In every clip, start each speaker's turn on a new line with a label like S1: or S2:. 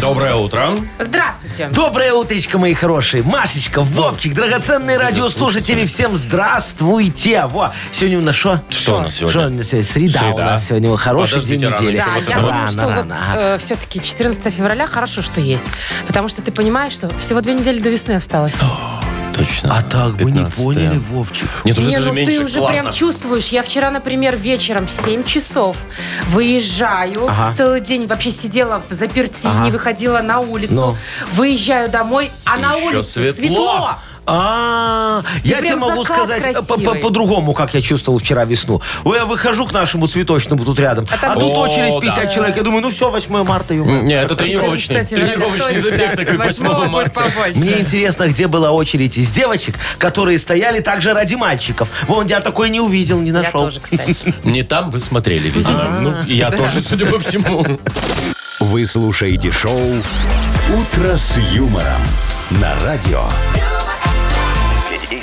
S1: Доброе утро.
S2: Здравствуйте.
S3: Доброе утречко, мои хорошие. Машечка, Вовчик, драгоценные радиослушатели, всем здравствуйте. Во, сегодня у нас что?
S1: Что у нас сегодня?
S3: Что у нас сегодня? Среда,
S1: Среда.
S3: у нас сегодня. Хороший
S1: Подождите,
S3: день
S1: рано
S3: недели.
S1: еще
S2: Да,
S1: вот
S2: я
S1: это
S2: думаю,
S3: Рано,
S2: что
S3: рано, ага.
S2: вот все-таки 14 февраля хорошо, что есть. Потому что ты понимаешь, что всего две недели до весны осталось.
S1: Точно.
S3: А так бы не
S1: 15-е.
S3: поняли, Вовчик.
S1: Нет, уже
S2: Не,
S1: даже
S2: ну
S1: меньше.
S2: ты уже
S1: Классно.
S2: прям чувствуешь. Я вчера, например, вечером в 7 часов выезжаю.
S3: Ага.
S2: Целый день вообще сидела в заперти,
S3: Ага.
S2: не выходила на улицу.
S3: Ну.
S2: Выезжаю домой, а на
S1: Еще
S2: улице
S1: светло.
S2: светло.
S3: А, я тебе
S2: прям
S3: могу
S2: закат
S3: сказать э, по- по-
S2: красивый.
S3: по-другому, как я чувствовал вчера весну. Ой, Я выхожу к нашему цветочному тут рядом,
S2: там-
S3: а тут
S1: О,
S3: очередь 50 человек. Я думаю, ну все, 8 марта. ё-моё.
S1: Не, это тренировочный.
S2: 14 февраля,
S1: Тренировочный
S2: точно.
S1: забег такой 8
S2: Восьмого будет
S1: марта.
S2: побольше.
S3: Мне интересно, где была очередь из девочек, которые стояли также ради мальчиков. Вон, я такой не увидел, не
S2: Я
S3: нашел.
S2: тоже, кстати.
S1: Не там вы смотрели,
S2: А,
S1: видимо. Ну, и я тоже, судя по всему.
S4: Вы слушаете шоу «Утро с юмором» на радио. Для детей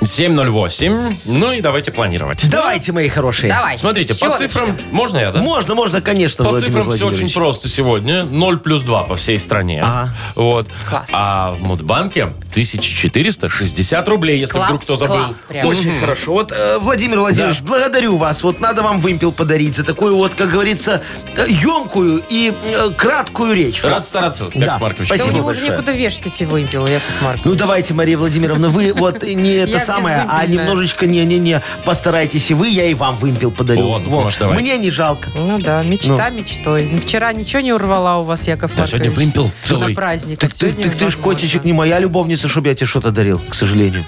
S1: 7.08. Ну и давайте планировать.
S3: Давайте, мои хорошие.
S2: Давай.
S1: Смотрите,
S2: С
S1: по
S2: чего
S1: цифрам... Можно я, да?
S3: Можно, можно, конечно,
S1: По
S3: Владимир
S1: цифрам все
S3: Владимирович.
S1: очень просто сегодня. 0 плюс 2 по всей стране.
S3: Ага.
S1: Вот.
S2: А. Класс.
S1: А в Мудбанке 1460 рублей, если
S2: Класс,
S1: вдруг кто забыл.
S2: класс прям.
S3: Очень хорошо. Вот, э, Владимир Владимирович, благодарю вас. Вот надо вам вымпел подарить за такую вот, как говорится, емкую и э, краткую речь.
S1: Рад стараться, Яков
S3: Да,
S1: Маркович.
S2: Да у
S3: спасибо.
S2: него уже
S3: большое.
S2: некуда вешать эти вымпелы, Яков Маркович.
S3: Ну давайте, Мария Владимировна, вы вот не это
S2: Я
S3: самое, а
S2: безвымпельная.
S3: немножечко не-не-не, постарайтесь и вы, я и вам вымпел подарю.
S1: О, ну,
S3: Во.
S1: Маш, давай.
S3: Мне не жалко.
S2: Ну да, мечта мечтой. Вчера ничего не урвала у вас, Яков
S1: Да,
S2: Маркович.
S1: сегодня вымпел целый.
S2: На праздник. а
S3: Так ты,
S2: сегодня
S3: так ты ж,
S2: невозможно.
S3: котичек, не моя любовница, чтобы я тебе что-то дарил, к сожалению.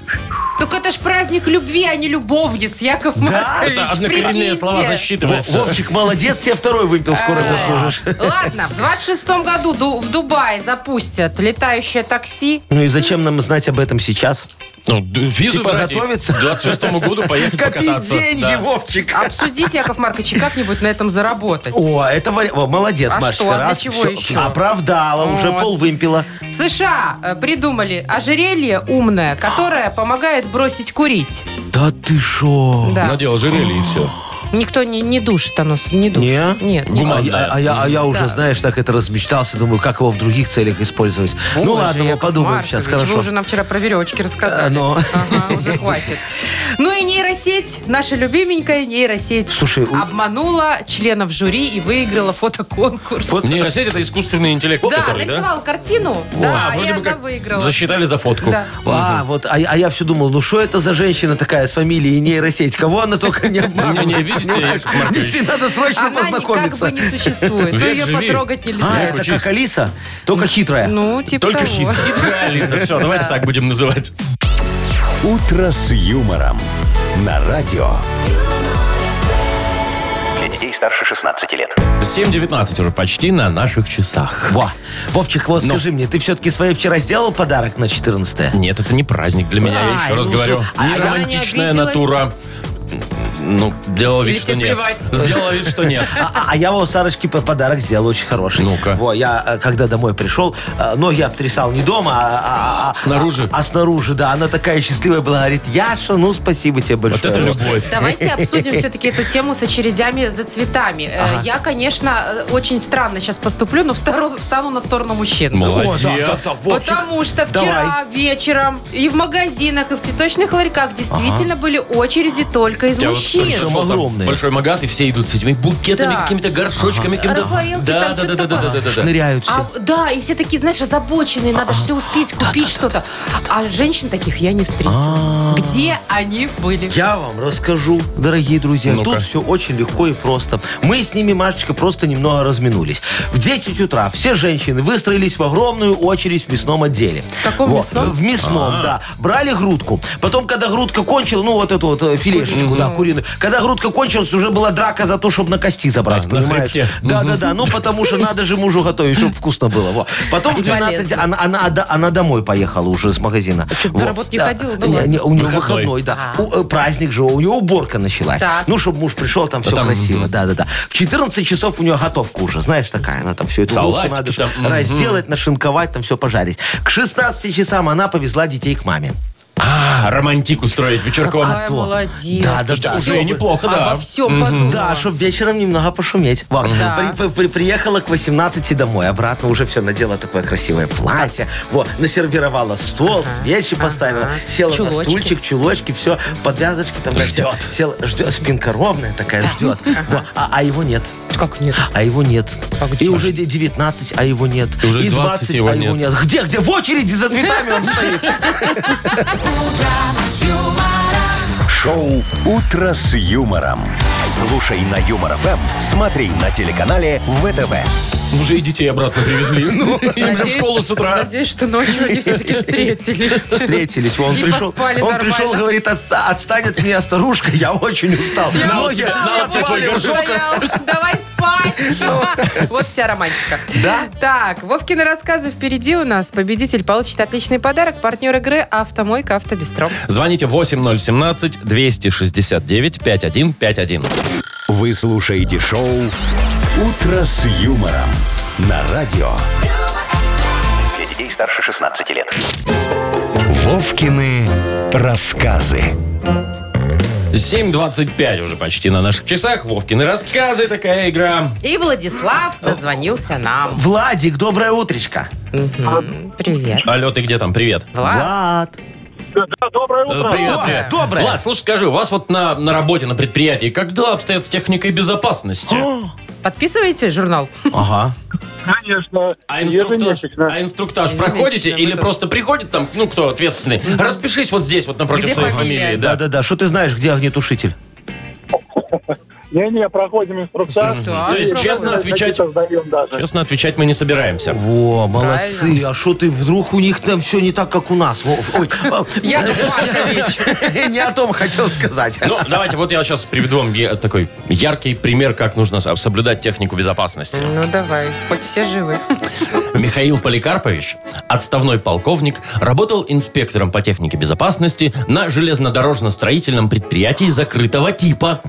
S2: Так это ж праздник любви, а не любовниц, Яков Маркович.
S1: Это однокоренные
S2: прикиньте.
S1: слова
S3: Во-
S1: засчитываются.
S3: Вовчик, молодец, тебе второй вымпел скоро
S2: Ай.
S3: заслужишь.
S2: Ладно, в 26-м году Ду- в Дубае запустят летающее такси.
S3: Ну и зачем нам знать об этом сейчас?
S1: Ну, д- визу
S3: Типа
S1: брать и
S3: готовиться?
S1: К 26 году поехать
S3: Копить
S1: покататься.
S3: деньги,
S1: Да.
S3: Вовчик.
S2: Обсудите, Яков Маркович, и как-нибудь на этом заработать.
S3: А, О, это вари- О, молодец,
S2: А
S3: Машечка.
S2: что, а для
S3: раз,
S2: чего
S3: всё,
S2: еще?
S3: Оправдала, уже
S2: Вот.
S3: пол вымпела.
S2: В США э, придумали ожерелье умное, которое помогает бросить курить.
S3: Да ты шо?
S2: Да.
S1: Надел ожерелье и все.
S2: Никто не, не душит оно, с- не душит.
S3: Не?
S2: Нет, не-
S3: А,
S1: Гуманное.
S3: я- а я, а я уже,
S2: Да.
S3: знаешь, так это размечтался, думаю, как его в других целях использовать. ну
S2: Боже,
S3: ладно, мы
S2: Яков
S3: подумаем
S2: Маркович,
S3: сейчас,
S2: Вы
S3: хорошо.
S2: уже нам вчера про веревочки рассказали.
S3: Э,
S1: А, ну.
S3: но.
S2: Ага, уже хватит. Ну и нейросеть, наша любименькая нейросеть.
S3: Слушай, у-
S2: Обманула членов жюри и выиграла фотоконкурс.
S1: Нейросеть это искусственный интеллект,
S2: да,
S1: который, да?
S2: нарисовала картину,
S1: А,
S2: да, и
S1: вроде бы
S2: она
S1: как
S2: выиграла.
S1: Засчитали за фотку.
S2: Да.
S3: А, вот, а, а я все думал, ну что это за женщина такая с фамилией нейросеть? Кого она только не обманывает?
S1: Не-не, видите,
S3: понимаешь?
S1: Яков Маркович?
S3: Мне с ней надо срочно
S2: Она никак
S3: познакомиться.
S2: бы не существует. Ну,
S1: Век
S2: ее
S1: живи.
S2: потрогать
S3: А,
S2: нельзя.
S3: это
S1: учись.
S3: как Алиса, только хитрая.
S2: Ну, типа
S1: Только
S2: того.
S1: хит- хитрая Алиса. Все, давайте так будем называть.
S4: «Утро с юмором» на радио.
S5: Для детей старше 16 лет.
S1: 7.19 уже почти на наших часах.
S3: Во. Вовчик,
S1: Ну.
S3: вот скажи мне, ты все-таки свои вчера сделал подарок на 14
S1: Нет, это не праздник для меня, я
S3: Ай,
S1: еще раз
S3: ну,
S1: говорю.
S3: слушай, а
S1: Не
S3: я-
S1: романтичная
S2: Она не
S1: натура. Ну, делала вид,
S2: Или
S1: что
S2: тебе
S1: нет.
S2: плевать?
S1: Сделала вид, что нет.
S3: А, а я вот Сарочке п- подарок сделал очень хороший.
S1: Ну-ка.
S3: Во, я э, когда домой пришел, э, ноги обтрясал не дома, а, а- а-
S1: Снаружи?
S3: А, а снаружи, да. Она такая счастливая была, говорит, Яша, ну спасибо тебе
S1: Вот
S3: большое.
S1: это любовь.
S2: Давайте обсудим все-таки эту тему с очередями за цветами. Э, Я, конечно, э, очень странно сейчас поступлю, но встару- встану на сторону мужчин.
S3: О, да, да,
S1: Молодец.
S3: да, Вовчик.
S2: Потому что вчера вечером и в магазинах, и в цветочных ларьках действительно были очереди только из
S1: Я вот тоже
S2: мужчин.
S1: зашел там
S3: огромные.
S1: в большой магаз, и все идут с этими букетами,
S2: Да.
S1: какими-то горшочками. какими-то-
S2: Рафаэлки
S1: Да, да,
S2: там
S1: да, да,
S2: что-то
S1: да, да, да, да.
S3: Ныряют все.
S2: А, да, и все такие, знаешь, озабоченные, надо же все успеть купить что-то. А женщин таких я не встретила. Где они были?
S3: Я вам расскажу, дорогие друзья.
S1: Ну-ка.
S3: Тут все очень легко и просто. Мы с ними, Машечка, просто немного разминулись. В 10 утра все женщины выстроились в огромную очередь в мясном отделе.
S2: В каком мясном?
S1: А.
S3: В мясном, да. Брали грудку. Потом, когда грудка кончила, ну вот эту вот э, филешечку, да, куриную, женщины. Когда грудка кончилась, уже была драка за то, чтобы на кости забрать,
S1: А, на
S3: понимаешь?
S1: хребте.
S3: Да-да-да, ну потому что надо же мужу готовить, чтобы вкусно было. во. Потом в 12
S6: полезно.
S3: она, она- она- она домой поехала уже с магазина.
S6: чё, на
S3: Во.
S6: работу не
S3: Да.
S6: ходила, да
S3: Не-
S6: ладно?
S3: не, У нее
S1: Выходной.
S3: выходной, да. У, э, Праздник же, у нее уборка началась.
S6: Так.
S3: Ну, чтобы муж пришел, там все
S1: там,
S3: красиво. Да-да-да. В 14 часов у нее готовка уже, знаешь, такая. Она там все это
S1: Салатики
S3: надо же
S1: там, мгм.
S3: разделать, нашинковать, там все пожарить. К 16 часам она повезла детей к маме.
S1: А, романтик устроить вечерком.
S2: А.
S6: Какая
S3: то.
S6: молодец.
S3: Да, да, да,
S6: Всё
S1: уже неплохо, да.
S6: Обо всем подумала.
S3: Да, чтобы вечером немного пошуметь. Во.
S6: Да.
S3: При- при- при- приехала к 18 домой, обратно уже все надела такое красивое платье. Вот, насервировала стол, свечи поставила, села на
S6: Чулочки.
S3: стульчик, чулочки, все, подвязочки там. на все.
S1: Ждет.
S3: Села, ждет, спинка ровная такая, ждет. Во, А, а его нет.
S6: Как нет?
S3: А его нет. и уже де- 19, а его нет.
S1: И уже
S3: 20,
S1: 20, его
S3: а его
S1: нет.
S3: нет. Где, где? В очереди за цветами он стоит.
S4: Шоу «Утро с юмором». Слушай на Юмор ФМ, смотри на телеканале ВТВ.
S1: Уже и детей обратно привезли. Им же в школу с утра.
S6: Надеюсь, что ночью они все-таки встретились.
S3: встретились. Он
S6: И
S3: пришел,
S6: поспали
S3: он
S6: нормально.
S3: пришел, говорит, «Отста- отстань от меня, старушка, я очень устал.
S6: Я
S1: На,
S3: Ноги
S1: на,
S6: устала,
S1: на тебе твой
S6: Вова,
S3: отвалились».
S1: горшок.
S6: понял. Давай спать. Вот вся романтика.
S3: Да?
S6: Так, Вовкины рассказы впереди у нас. Победитель получит отличный подарок. Партнер игры «Автомойка Автобестро».
S1: Звоните 8017-269-5151.
S4: Вы слушаете шоу «Утро с юмором» на радио.
S7: Для детей старше 16 лет.
S4: Вовкины рассказы.
S1: 7.25 уже почти на наших часах. Вовкины рассказы, такая игра.
S6: И Владислав дозвонился нам.
S3: Владик, доброе утречко.
S6: Мгм. Привет.
S1: Алло, ты где там? Привет.
S6: Влад.
S3: Влад.
S8: доброе утро.
S1: Э, Привет,
S3: О,
S1: привет.
S3: Э, доброе.
S1: Влад, слушай, скажи, у вас вот на, на работе, на предприятии, как дела обстоят с техникой безопасности?
S6: Подписывайте журнал.
S3: Ага.
S8: Конечно.
S1: Э, А инструктаж,
S8: Ежемесячно.
S1: а инструктаж
S6: Ежемесячно
S1: проходите или
S6: это.
S1: просто приходит там, ну, кто ответственный? Распишись вот здесь, вот напротив
S6: Где
S1: своей
S6: фамилия?
S1: фамилии. да.
S3: Да-да-да, что ты знаешь, где огнетушитель?
S8: Не-не, проходим инструктаж.
S6: То
S1: есть честно отвечать-
S8: Сдаем даже.
S1: Честно отвечать мы не собираемся.
S3: Во, молодцы.
S6: Правильно.
S3: А что ты, вдруг у них там все не так, как у нас? Во, Ой, а,
S6: Я Маркович.
S3: не о том хотел сказать.
S1: Ну, давайте, вот я сейчас приведу вам е- такой яркий пример, как нужно со- соблюдать технику безопасности.
S6: Ну давай, хоть все живы.
S1: Михаил Поликарпович, отставной полковник, работал инспектором по технике безопасности на железнодорожно-строительном предприятии закрытого типа.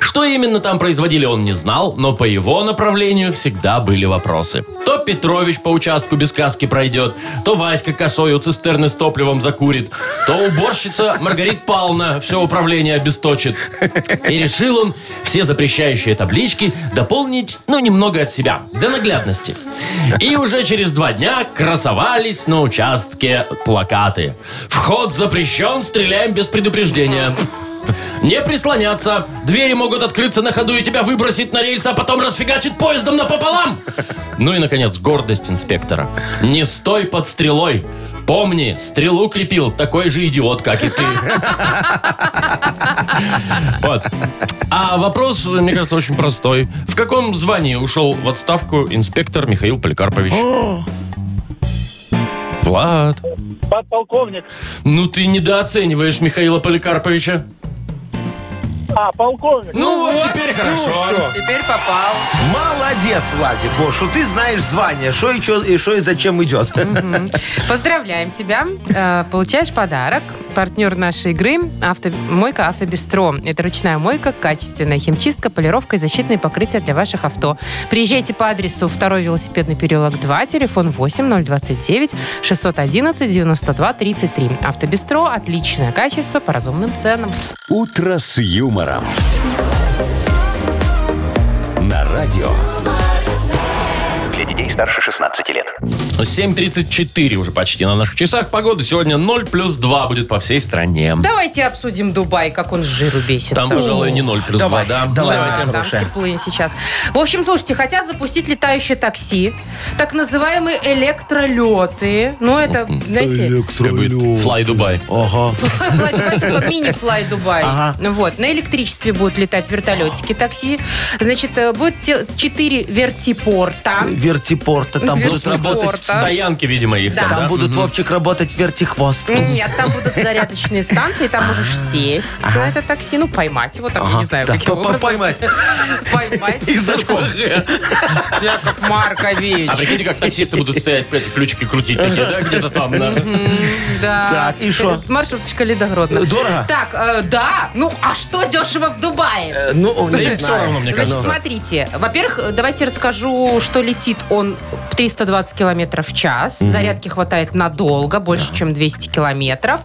S1: Что именно там производили, он не знал, но по его направлению всегда были вопросы. То Петрович по участку без каски пройдет, то Васька косой у цистерны с топливом закурит, то уборщица Маргарита Павловна все управление обесточит. И решил он все запрещающие таблички дополнить, ну, немного от себя, для наглядности. И уже через два дня красовались на участке плакаты. Вход запрещен, стреляем без предупреждения. Не прислоняться. Двери могут открыться на ходу и тебя выбросит на рельсы, а потом расфигачит поездом напополам. Ну и, наконец, гордость инспектора. Не стой под стрелой. Помни, стрелу крепил такой же идиот, как и ты. Вот. А вопрос, мне кажется, очень простой. В каком звании ушел в отставку инспектор Михаил Поликарпович? Влад,
S8: Подполковник.
S1: ну ты недооцениваешь Михаила Поликарповича.
S8: А, полковник.
S1: Ну, вот, теперь хорошо.
S6: Теперь попал.
S3: Молодец, Владик. Во, что ты знаешь звание, что и, чё- и, шо и зачем идет.
S6: Поздравляем тебя. Э, Получаешь подарок. Партнер нашей игры авто, мойка «Автобестро». Это ручная мойка, качественная химчистка, полировка и защитные покрытия для ваших авто. Приезжайте по адресу 2 велосипедный переулок 2, телефон 8029 611 92 33. «Автобестро» – отличное качество по разумным ценам.
S4: «Утро с юмором». На радио.
S7: Для детей старше 16 лет.
S1: 7.34 уже почти на наших часах. Погода сегодня 0 плюс 2 будет по всей стране.
S6: Давайте обсудим Дубай, как он с жиру бесится.
S1: Там, пожалуй, не 0 плюс
S3: Давай,
S1: 2, да?
S3: давай.
S1: Ну,
S6: Да,
S3: Давайте,
S6: там
S3: хорошая.
S6: теплынь сейчас. В общем, слушайте, хотят запустить летающее такси, так называемые электролеты. Ну, это, знаете,
S1: Как будет Fly Dubai.
S3: Ага.
S6: Fly Dubai, только ну, типа мини-флай Дубай.
S3: Ага.
S6: Вот, на электричестве будут летать вертолетики такси. Значит, э, будет те- четыре вертипорта.
S3: порта. Там будут
S6: Верхнего
S3: работать...
S6: порта.
S1: Стоянки, видимо, их
S6: Да.
S1: там,
S3: Там
S1: да?
S3: будут, Вовчик, работать вертихвост.
S6: Нет, там будут зарядочные станции, там можешь сесть на это такси, ну, поймать его там, я не знаю,
S3: А. да,
S6: каким
S3: по- по-
S6: образом.
S3: поймать.
S6: Поймать.
S3: И ЖКХ.
S6: Яков Маркович.
S1: А прикиньте, как таксисты будут стоять, эти ключики крутить такие, да, где-то там, да?
S6: Да.
S3: Так, и шо?
S6: Маршруточка Ледогродна.
S3: Дорого?
S6: Так, э, да. Ну, а что дешево в Дубае?
S3: Э, Ну,
S1: Да
S3: не
S1: им все
S3: знаю.
S1: равно, мне
S6: Значит,
S1: кажется.
S6: смотрите. Во-первых, э, давайте расскажу, что летит он 320 километров в час. Зарядки хватает надолго, больше, чем 200 километров.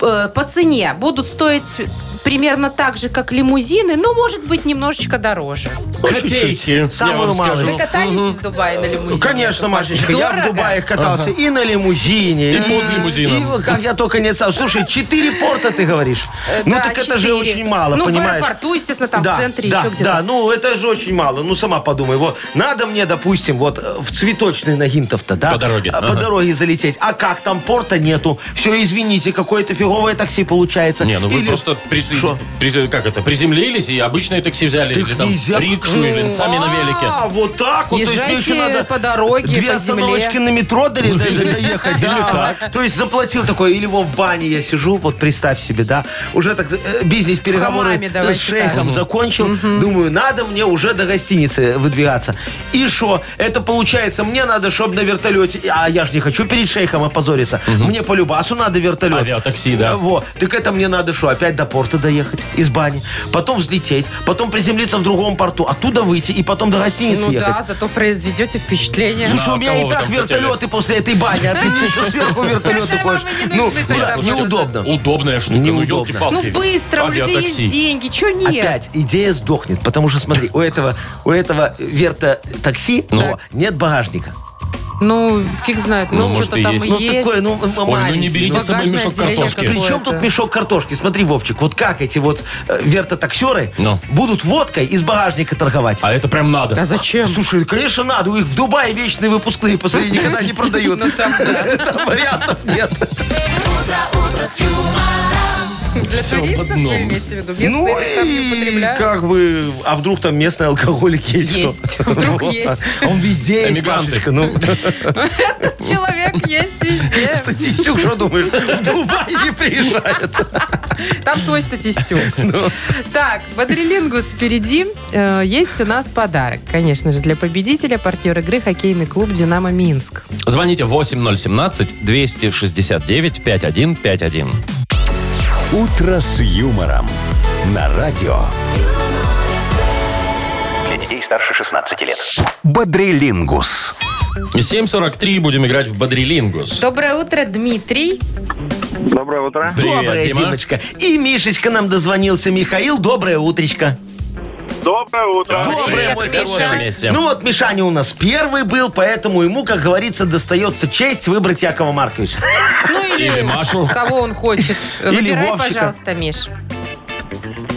S6: Э, По цене будут стоить примерно так же, как лимузины, но, может быть, немножечко дороже.
S1: Копейки, я
S3: Самую
S1: вам скажу.
S6: Вы
S3: малость.
S6: катались в Дубае на
S3: Ну,
S6: лимузине?
S3: Конечно, Машечка, я в
S6: Дорого?
S3: Дубае катался и на лимузине.
S1: И под лимузином.
S3: и как я только не отца. Слушай, четыре порта ты говоришь.
S6: Э,
S3: Ну
S6: да,
S3: так это же
S6: четыре.
S3: очень мало,
S6: ну,
S3: понимаешь?
S6: в аэропорту, естественно, там,
S3: да,
S6: в центре,
S3: да,
S6: еще где-то.
S3: Да, ну это же очень мало. Ну сама подумай. Вот надо мне, допустим, вот э, в цветочный Нагинтов-то, да?
S1: По дороге,
S3: а, По
S1: ага.
S3: дороге залететь. А как там порта нету? Все, извините, какое-то фиговое такси получается.
S1: Не, ну вы
S3: Или-
S1: просто призы-
S3: Шо?
S1: призы- как это, приземлились и обычное такси взяли,
S3: Так
S1: или там
S3: нельзя.
S1: рикшу, или сами на велике.
S3: А, вот так вот. То есть мне еще
S6: Езжайте
S3: надо
S6: по дороге,
S3: две
S6: по
S3: остановочки
S6: земле.
S3: на метро до- до- до- доехать. Да. То есть заплатил такой, или во в бане я сижу, вот представь себе, да, уже так э, бизнес-переговоры
S6: хамаме
S3: с
S6: давайте
S3: шейхом закончил. Думаю, надо мне уже до гостиницы выдвигаться. И что? Это получается, мне надо, чтобы на вертолете, а я же не хочу перед шейхом опозориться, мне по любасу надо Э, вертолет.
S1: Авиатакси, да.
S3: Во. Так это мне надо что, опять до порта доехать из бани, потом взлететь, потом приземлиться в другом порту, оттуда выйти и потом до гостиницы
S6: Ну
S3: ехать.
S6: да, зато произведете впечатление.
S3: Слушай,
S1: Да,
S3: у меня
S1: кого
S3: и
S1: вы
S3: так
S1: там
S3: вертолеты после этой бани, а ты мне еще сверху вертолеты
S6: Хорошо,
S3: хочешь.
S6: нам они не
S3: Ну, ну,
S6: нужны тогда,
S3: да,
S6: потому что-
S3: неудобно.
S1: Удобная штука, ну
S3: Неудобно.
S1: елки-палки.
S6: Ну быстро, у людей
S1: Авиатакси.
S6: есть деньги, чё нет?
S3: Опять идея сдохнет, потому что смотри, у этого, у этого верта такси
S1: Ну.
S3: нет багажника.
S6: Ну, фиг знает,
S1: Ну,
S6: может,
S1: может,
S6: что-то
S1: и
S6: там
S1: есть.
S6: и
S3: Ну
S6: есть.
S3: такое, ну м-
S1: Ой, ну
S3: маленький,
S1: не берите
S3: ну.
S1: с собой
S6: багажное
S1: мешок
S6: отделение
S1: картошки.
S6: какое-то.
S3: Причем тут мешок картошки? Смотри, Вовчик, вот как эти вот э, вертотаксеры
S1: Ну.
S3: будут водкой из багажника торговать?
S1: А это прям
S6: А
S1: надо.
S6: зачем?
S3: Слушай, конечно, надо. У них в Дубае вечные выпускные последние никогда не продают.
S6: Ну там, да.
S3: Там вариантов нет.
S6: Для
S1: Всё в
S6: туристов
S1: одном. Ну
S6: вы имеете в виду? Местные там не употребляют?
S3: Ну как бы, а вдруг там местный алкоголик есть? кто?
S6: Есть. Вдруг
S3: Вот. А
S6: есть.
S3: Он везде есть,
S1: Эмигранты.
S3: Машечка, Ну,
S6: Человек есть везде.
S3: статистик, что думаешь? В Дубай не приезжает.
S6: Там свой статистюк.
S3: Ну.
S6: Так, Бодрилингус впереди. Э, Есть у нас подарок. Конечно же, для победителя партнер игры хоккейный клуб «Динамо Минск».
S1: Звоните 8017-269-5151.
S4: «Утро с юмором» на радио.
S7: Для детей старше 16 лет.
S4: Бодрилингус.
S1: 7.43 будем играть в Бодрилингус.
S6: Доброе утро, Дмитрий.
S8: Доброе утро.
S1: Привет,
S3: Доброе,
S1: Дима.
S3: Димочка. И Мишечка нам дозвонился. Михаил, доброе утречко.
S8: Доброе утро.
S3: Доброе,
S6: Привет,
S3: мой
S6: Миша.
S3: хороший.
S1: Вместе.
S3: Ну вот Мишаня у нас первый был, поэтому ему, как говорится, достается честь выбрать Якова Марковича.
S6: Ну или,
S1: Или Машу.
S6: кого он хочет.
S3: Э, Или
S6: Выбирай,
S3: Вовчика.
S6: пожалуйста, Миш.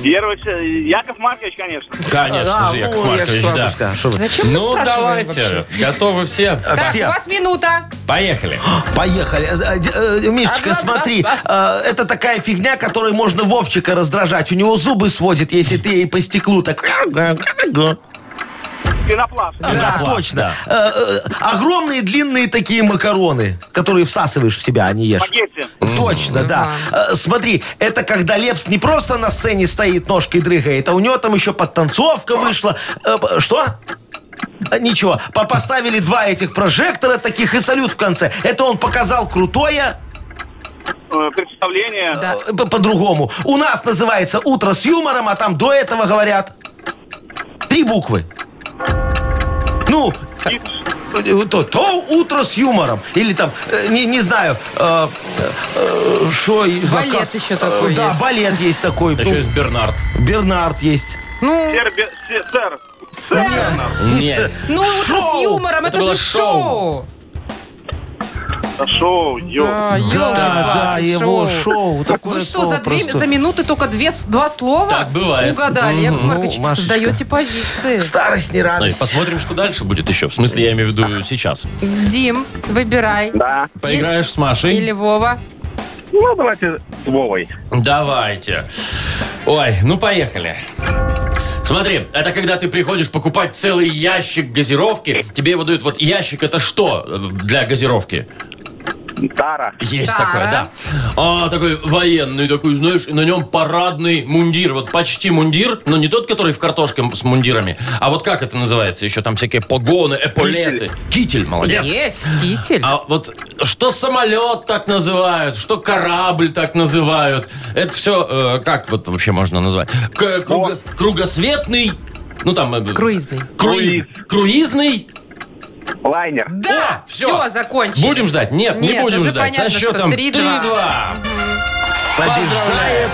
S8: Первый ч- Яков Маркович, конечно.
S1: Конечно
S3: А,
S1: же, Яков
S3: ну, я
S1: Маркович,
S3: ж сразу
S1: да.
S3: сказал, что вы.
S6: Зачем мы
S1: Ну,
S6: спрашиваем
S1: давайте.
S6: вообще?
S1: Готовы все?
S3: А,
S6: Так,
S3: все. Ну,
S6: у вас минута.
S1: Поехали.
S3: Поехали. Э, э, э, Мишечка,
S6: Ага,
S3: смотри, э, это такая фигня, которой можно Вовчика раздражать. У него зубы сводит, если ты ей по стеклу так... э,
S8: Пенопласт.
S3: Да,
S1: Пенопласт,
S3: точно. Э, э, Огромные длинные такие макароны, которые всасываешь в себя, а не ешь.
S8: Спагетти.
S3: Точно, да. Э, Смотри, это когда Лепс не просто на сцене стоит, ножкой дрыгает, а у него там еще подтанцовка вышла. Э, б- Что? Э, Ничего, По- поставили два этих прожектора таких и салют в конце. Это он показал крутое,
S8: Э, Представление.
S6: Да.
S3: Э, по- по-другому. У нас называется «Утро с юмором», а там до этого говорят три буквы. Ну,
S8: Птиц.
S3: э, то, то «Утро с юмором». Или там, э, не, не знаю, э, э, шо и-
S6: Балет
S3: как- Э,
S6: еще такой
S3: Да,
S6: есть.
S3: балет есть такой.
S1: Еще
S3: Ну,
S1: есть Бернард.
S3: Бернард есть.
S6: Ну,
S8: Сер, бе- се- сэр.
S6: сэр,
S1: Нет.
S6: ну утро с
S3: Шоу.
S6: юмором, это,
S1: Это было
S6: же шоу.
S8: Да Шоу, ё.
S6: Да,
S1: Ну
S3: Да,
S6: ёлки-палки,
S3: да, его шоу. Такое
S6: Вы что,
S3: слово
S6: за, две,
S3: просто.
S6: за минуты только две, с- два слова?
S1: Так бывает.
S6: Угадали, Яков
S3: Ну,
S6: Маркович,
S3: Машечка.
S6: сдаете позиции.
S3: Старость не
S1: Ну и
S3: радость.
S1: Посмотрим, что дальше будет еще. В смысле, я имею в виду сейчас.
S6: Дим, выбирай.
S8: Да.
S1: Поиграешь с Машей?
S6: Или Вова.
S8: Ну, давайте с Вовой.
S1: Давайте. Ой, ну поехали. Смотри, это когда ты приходишь покупать целый ящик газировки, тебе его дают, вот ящик это что э, для газировки?
S8: Тара.
S1: Есть
S6: Да.
S1: такое, да. А, такой военный, такой, знаешь, и на нем парадный мундир. Вот почти мундир, но не тот, который в картошке с мундирами. А вот как это называется? Еще там всякие погоны, эполеты. Китель, молодец.
S6: Есть китель.
S1: А вот что самолет так называют, что корабль так называют, это все как вот вообще можно назвать? К- круго- кругосветный, ну там... э,
S6: Круизный.
S1: Круиз, круизный?
S8: Лайнер.
S1: О,
S6: Да, все,
S1: всё.
S6: закончили.
S1: Будем ждать? Нет, не
S6: Нет,
S1: будем
S6: уже
S1: ждать. Со
S6: понятно, что
S1: счетом
S6: 3:2.
S1: 3-2.
S3: Побеждает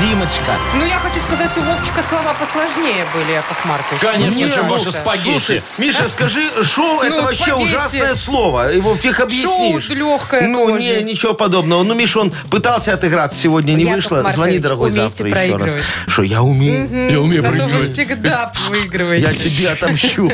S3: Димочка.
S6: Ну, я хочу сказать, у Вовчика слова посложнее были, Яков Маркович.
S1: Конечно,
S6: Ну,
S1: чем ваши
S6: ну-ка.
S1: спагетти.
S3: Слушай, Миша, скажи, шоу это вообще
S6: Ну, спагетти.
S3: ужасное слово. Его фиг объяснишь.
S6: Шоу легкое
S3: Ну,
S6: тоже.
S3: не, ничего подобного. Ну, Миша, он пытался отыграться сегодня, не
S6: Яков
S3: вышло.
S6: Маркович,
S3: Звони, дорогой,
S6: умеете
S3: завтра еще раз.
S6: проигрывать.
S3: Что, я умею?
S1: Я умею
S6: Зато вы
S1: проигрывать.
S6: всегда
S3: Я
S6: выигрываете.
S3: тебе отомщу.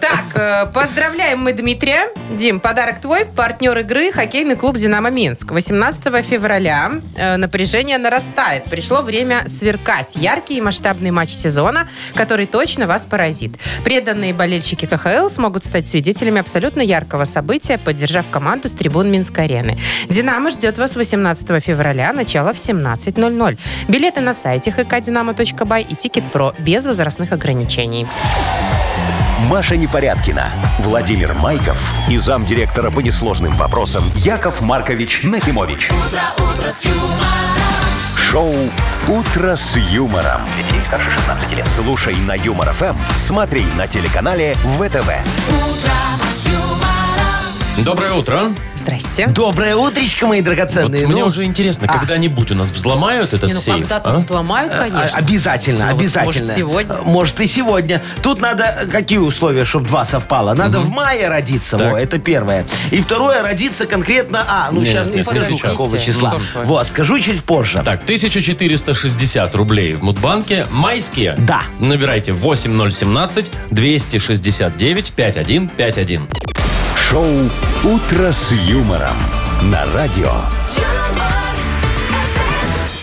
S6: Так, э, поздравляем мы Дмитрия. Дим, подарок твой. Партнер игры хоккейный клуб «Динамо Минск». 18 февраля э, напряжение нарастает. Пришло время сверкать. Яркий и масштабный матч сезона, который точно вас поразит. Преданные болельщики КХЛ смогут стать свидетелями абсолютно яркого события, поддержав команду с трибун Минской арены. «Динамо» ждет вас 18 февраля, начало в 17.00. Билеты на сайте hkdinamo.by и «Тикет.Про» без возрастных ограничений.
S4: Маша Непорядкина, Владимир Майков и замдиректора по несложным вопросам Яков Маркович Нахимович. Шоу Утро с юмором. Детей старше 16 лет. Слушай на юмор ФМ, смотри на телеканале ВТВ.
S1: Доброе утро.
S6: Здрасте.
S3: Доброе утречко, мои
S1: Вот
S3: драгоценные.
S1: мне
S3: Ну,
S1: уже интересно, когда-нибудь у нас взломают этот
S6: Не, ну
S1: сейф?
S6: когда-то
S1: а?
S6: взломают,
S3: а,
S6: конечно.
S3: Обязательно,
S6: Ну вот,
S3: обязательно.
S6: может, сегодня.
S3: Может, и сегодня. Тут надо э, какие условия, чтобы два совпало? Надо в мае родиться,
S1: Так.
S3: во, это первое. И второе, родиться конкретно, а, ну
S1: Не,
S3: сейчас не,
S1: не
S3: скажу,
S1: скажите.
S3: какого числа.
S6: Ну, что ж вы.
S3: Вот, скажу чуть позже.
S1: Так, 1460 рублей в Мудбанке. Майские?
S3: Да.
S1: Набирайте 8017-269-5151.
S4: Шоу Утро с юмором на радио.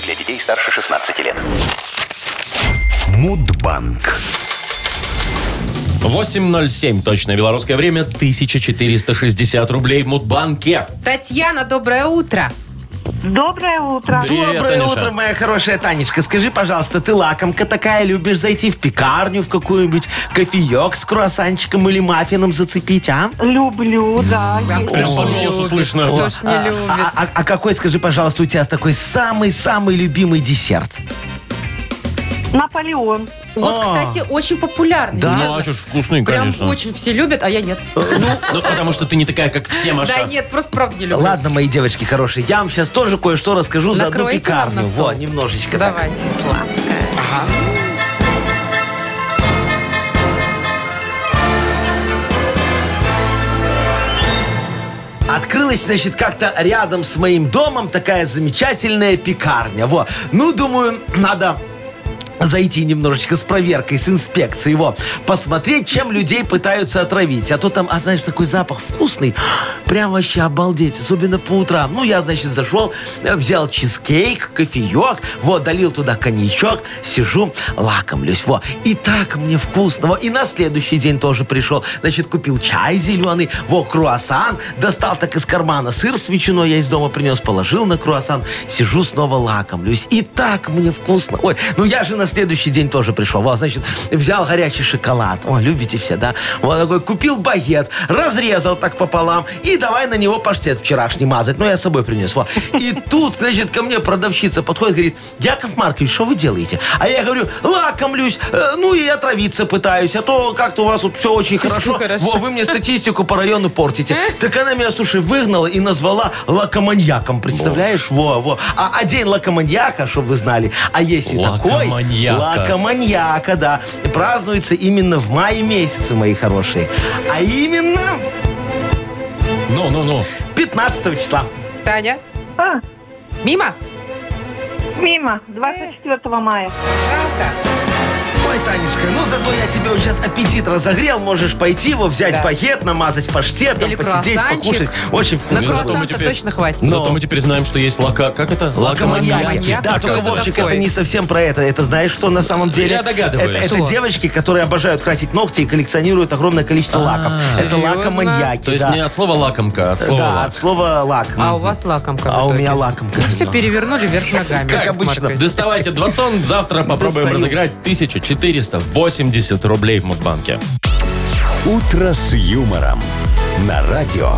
S7: Для детей старше 16 лет.
S4: Мудбанк.
S1: 8.07, точное белорусское время, 1460 рублей в Мудбанке.
S6: Татьяна, доброе утро.
S9: Доброе утро.
S1: Привет,
S3: Доброе
S1: Танюша.
S3: утро, моя хорошая Танечка. Скажи, пожалуйста, ты лакомка такая, любишь зайти в пекарню в какую-нибудь, кофеек с круассанчиком или маффином зацепить, а?
S9: Люблю, да. есть.
S1: Прям по голосу слышно.
S6: Кто ж не любит.
S3: А, а- а какой, скажи, пожалуйста, у тебя такой самый-самый любимый десерт?
S9: Наполеон.
S6: Вот, кстати, очень популярный.
S1: Ну,
S6: серьезно.
S1: а что ж, вкусный,
S6: Прям
S1: конечно.
S6: очень все любят, а я нет.
S1: Ну, потому что ты не такая, как все, Маша.
S6: Да нет, просто правда не люблю.
S3: а Ладно, мои девочки хорошие, я вам сейчас тоже кое-что расскажу за одну
S6: Накройте нам на
S3: пекарню.
S6: стол.
S3: Вот, немножечко. так.
S6: Давайте, сладко.
S3: Открылась, значит, как-то рядом с моим домом такая замечательная пекарня. Во. Ну, думаю, надо зайти немножечко с проверкой, с инспекцией, его посмотреть, чем людей пытаются отравить. А то там, а знаешь, такой запах вкусный, прям вообще обалдеть, особенно по утрам. Ну, я, значит, зашел, э, взял чизкейк, кофеек, вот, долил туда коньячок, сижу, лакомлюсь, во. И так мне вкусно, во. И на следующий день тоже пришел, значит, купил чай зеленый, во, круассан, достал так из кармана сыр с ветчиной, я из дома принес, положил на круассан, сижу, снова лакомлюсь. И так мне вкусно. Ой, ну я же на следующий день тоже пришел. Вот, значит, взял горячий шоколад. О, любите все, да? Вот такой, купил багет, разрезал так пополам и давай на него паштет вчерашний мазать. Ну, я с собой принес. Во. И тут, значит, ко мне продавщица подходит, говорит, Яков Маркович, что вы делаете? А я говорю, лакомлюсь, э, ну и отравиться пытаюсь, а то как-то у вас тут все очень хорошо.
S6: хорошо.
S3: Во, вы мне статистику по району портите. Так она меня, слушай, выгнала и назвала лакоманьяком. Представляешь? Во, во. А, а день лакоманьяка, чтобы вы знали, а есть и такой.
S1: Лакоманьяка.
S3: Лакоманьяка, да. Празднуется именно в мае месяце, мои хорошие. А именно
S1: Ну, ну, ну.
S3: 15 числа.
S6: Таня,
S9: А,
S6: мимо?
S9: мимо. 24 мая.
S6: Правда?
S3: Ой, Танечка, ну зато я тебе вот сейчас аппетит разогрел. Можешь пойти его взять пакет, намазать паштетом,
S6: Или
S3: посидеть,
S6: круассанчик.
S3: покушать. Очень
S1: Ну, зато мы
S6: На
S3: вкусно.
S6: круассанта
S1: теперь-
S6: точно хватит.
S1: Зато мы теперь знаем, что есть лака... Как это?
S3: Лакоманьяки.
S6: Лакоманьяки.
S3: Да,
S6: Кто
S3: только,
S6: это
S3: Вовчик,
S6: такой?
S3: это не совсем про это. Это знаешь, что на самом деле?
S1: Ну, Я догадываюсь.
S3: Это, это
S6: Что?
S3: девочки, которые обожают красить ногти и коллекционируют огромное количество
S6: А,
S3: лаков. Это
S6: серьезно?
S3: лакоманьяки,
S1: То есть
S3: да.
S1: не от слова лакомка, а от слова
S3: Да,
S1: лак.
S3: от слова лак.
S6: А у вас лакомка в
S3: А у
S6: итоге.
S3: меня лакомка.
S6: Ну все перевернули вверх ногами.
S3: Как
S6: Яков
S3: обычно.
S6: Маркович.
S1: Доставайте двадцон, завтра попробуем
S3: Достаю.
S1: разыграть 1480 рублей в Мудбанке.
S4: «Утро с юмором» на радио.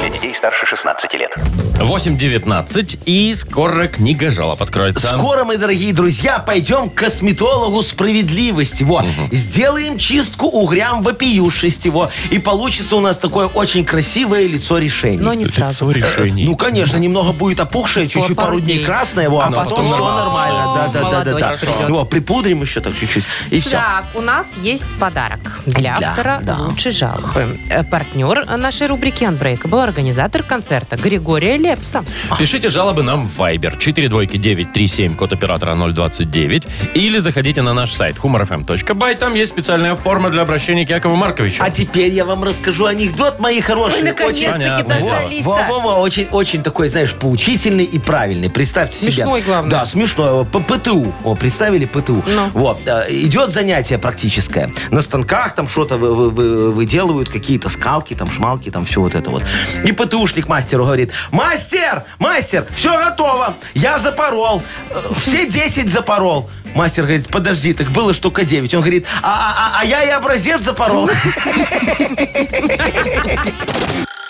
S7: Для детей старше 16 лет.
S1: 8.19 и скоро книга жалоб откроется.
S3: Скоро мы, дорогие друзья, пойдем к косметологу справедливости. Во. Сделаем чистку угрям вопиюшести. Во. И получится у нас такое очень красивое лицо решений.
S6: Но не сразу.
S1: Лицо решений.
S3: Ну, конечно, немного будет опухшее, чуть-чуть
S6: пару
S3: пару дней
S6: дней.
S3: красное, во, а,
S1: А
S3: потом,
S1: потом
S3: все
S1: нормально.
S3: нормально. Да, да, да, да, да.
S6: Молодость придет.
S3: Во, припудрим еще так чуть-чуть. И все.
S6: Так, у нас есть подарок для
S3: Да,
S6: автора
S3: да.
S6: лучшей жалобы. Э, Партнер нашей рубрики Unbreak был организатор концерта Григория Лепса.
S3: а?
S1: Пишите жалобы нам в Viber 42937, код оператора 029, или заходите на наш сайт humorfm.by, там есть специальная форма для обращения к Якову Марковичу.
S3: А теперь я вам расскажу анекдот, мои хорошие.
S6: Мы наконец-таки
S1: понятно.
S6: дождались-то.
S3: Во-во-во, очень, очень такой, знаешь, поучительный и правильный. Представьте себе.
S6: Смешной, главное.
S3: Да, смешной. П- ПТУ. О, представили ПТУ.
S6: Ну.
S3: Вот. э, Идет занятие практическое. На станках там что-то вы- вы- вы- выделывают, какие-то скалки, там шмалки, там все вот это вот. И ПТУшник мастеру говорит, мастер, мастер, все готово. Я запорол. Э, Все 10 запорол. Мастер говорит, подожди, так было штука 9. Он говорит, а, а- а- а я и образец запорол.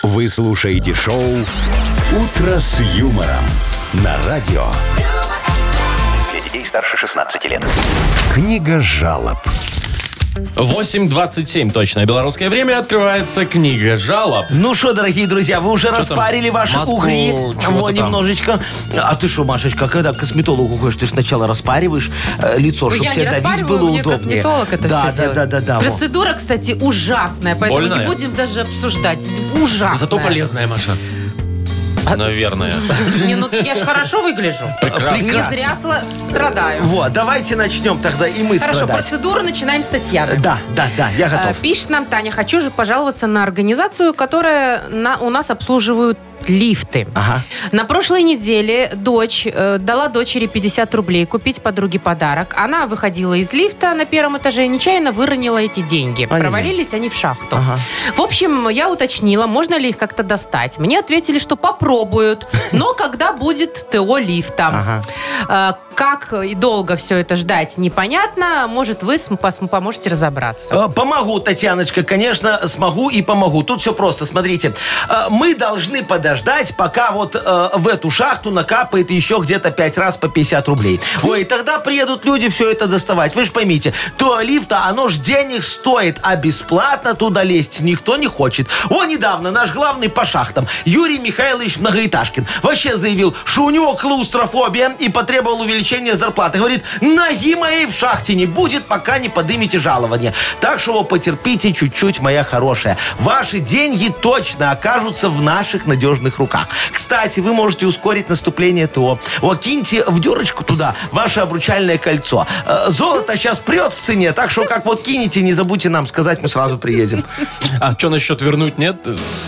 S4: Вы слушаете шоу «Утро с юмором» на радио.
S7: Для детей старше 16 лет.
S4: Книга жалоб.
S1: 8.27 точное белорусское время, открывается книга жалоб.
S3: Ну что, дорогие друзья, вы уже распарили
S1: там?
S3: ваши
S1: Маску,
S3: угри.
S1: чего-то
S3: Вот
S1: там.
S3: немножечко. А ты что, Машечка, когда к косметологу ходишь, ты же сначала распариваешь э, лицо,
S6: Ну,
S3: чтобы
S6: я не
S3: тебе давить
S6: распариваю,
S3: было
S6: у меня
S3: удобнее.
S6: косметолог это
S3: да,
S6: все
S3: да,
S6: делает.
S3: да, да, да, во.
S6: Процедура, кстати, ужасная, поэтому
S1: Больная?
S6: не будем даже обсуждать. Ужасная.
S1: Зато полезная, Маша.
S3: А
S1: Наверное.
S6: Не, ну я же хорошо выгляжу.
S1: Прекрасно.
S6: Не зря сла- страдаю.
S3: Вот, давайте начнем тогда и мы
S6: Хорошо,
S3: страдать.
S6: процедуру начинаем с Татьяны.
S3: Да, да, да, я
S6: Э,
S3: готов.
S6: Пишет нам Таня, хочу же пожаловаться на организацию, которая на- у нас обслуживают лифты.
S3: Ага.
S6: На прошлой неделе дочь э, дала дочери 50 рублей купить подруге подарок. Она выходила из лифта на первом этаже и нечаянно выронила эти деньги.
S3: Ай-яй.
S6: Провалились они в шахту.
S3: Ага.
S6: В общем, я уточнила, можно ли их как-то достать. Мне ответили, что попробуют, но когда будет ТО лифта.
S3: Ага.
S6: Э, Как и долго все это ждать, непонятно. Может, вы см- пос- поможете разобраться.
S3: Э, Помогу, Татьяночка, конечно, смогу и помогу. Тут все просто, смотрите. Э, Мы должны подождать, пока вот э, в эту шахту накапает еще где-то 5 раз по 50 рублей. Ой, и тогда приедут люди все это доставать. Вы же поймите, то лифта, оно ж денег стоит, а бесплатно туда лезть никто не хочет. О, недавно наш главный по шахтам, Юрий Михайлович Многоэтажкин, вообще заявил, что у него клаустрофобия и потребовал увеличения зарплаты. Говорит, ноги моей в шахте не будет, пока не подымете жалование. Так что вы потерпите чуть-чуть, моя хорошая. Ваши деньги точно окажутся в наших надежных руках. Кстати, вы можете ускорить наступление ТО. Вот киньте в дюрочку туда ваше обручальное кольцо. Э, Золото сейчас прет в цене, так что как вот кинете, не забудьте нам сказать, мы сразу приедем.
S1: А что насчет вернуть, нет?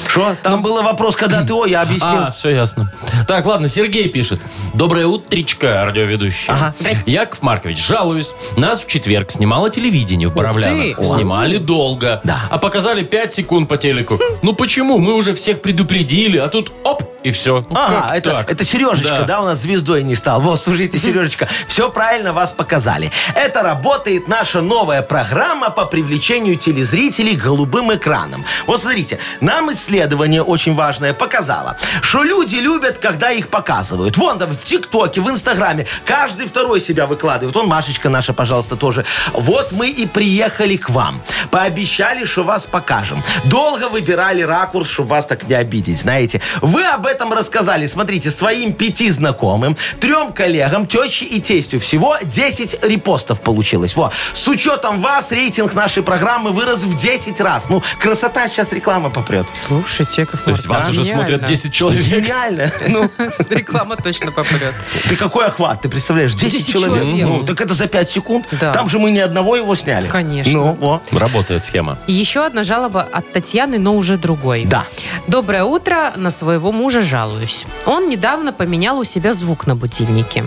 S3: Что? Там был вопрос, когда ТО, я объяснил.
S1: А, все ясно. Так, ладно, Сергей пишет. Доброе утречко, радиоведущий.
S6: Здрасте.
S1: Яков Маркович, жалуюсь. Нас в четверг снимало телевидение в Боровлянах.
S6: ты.
S1: Снимали долго. А показали 5 секунд по телеку. Ну почему? Мы уже всех предупредили, а тут оп, и Ну все.
S3: Ага, это, это Сережечка, да. у нас звездой не стал. Вот, слушайте, Сережечка, все правильно вас показали. Это работает наша новая программа по привлечению телезрителей к голубым экранам. Вот смотрите, нам исследование очень важное показало, что люди любят, когда их показывают. Вон там в ТикТоке, в Инстаграме, каждый второй себя выкладывает. Он, Машечка наша, пожалуйста, тоже. Вот мы и приехали к вам. Пообещали, что вас покажем. Долго выбирали ракурс, чтобы вас так не обидеть, знаете. Вы об этом этом рассказали, смотрите, своим пяти знакомым, трем коллегам, теще и тестю. Всего 10 репостов получилось. Во. С учетом вас рейтинг нашей программы вырос в 10 раз. Ну, красота, сейчас реклама попрет.
S6: Слушайте, как
S1: То есть вас уже смотрят 10 человек.
S3: Гениально.
S6: Ну, реклама точно попрет.
S3: Ты какой охват, ты представляешь? 10,
S6: 10
S3: человек.
S6: человек.
S3: Ну, так это за 5 секунд.
S6: Да.
S3: Там же мы ни одного его сняли.
S6: Конечно.
S3: Ну, во.
S1: Работает схема.
S6: И еще одна жалоба от Татьяны, но уже другой.
S3: Да.
S6: Доброе утро, на своего мужа жалуюсь. Он недавно поменял у себя звук на будильнике.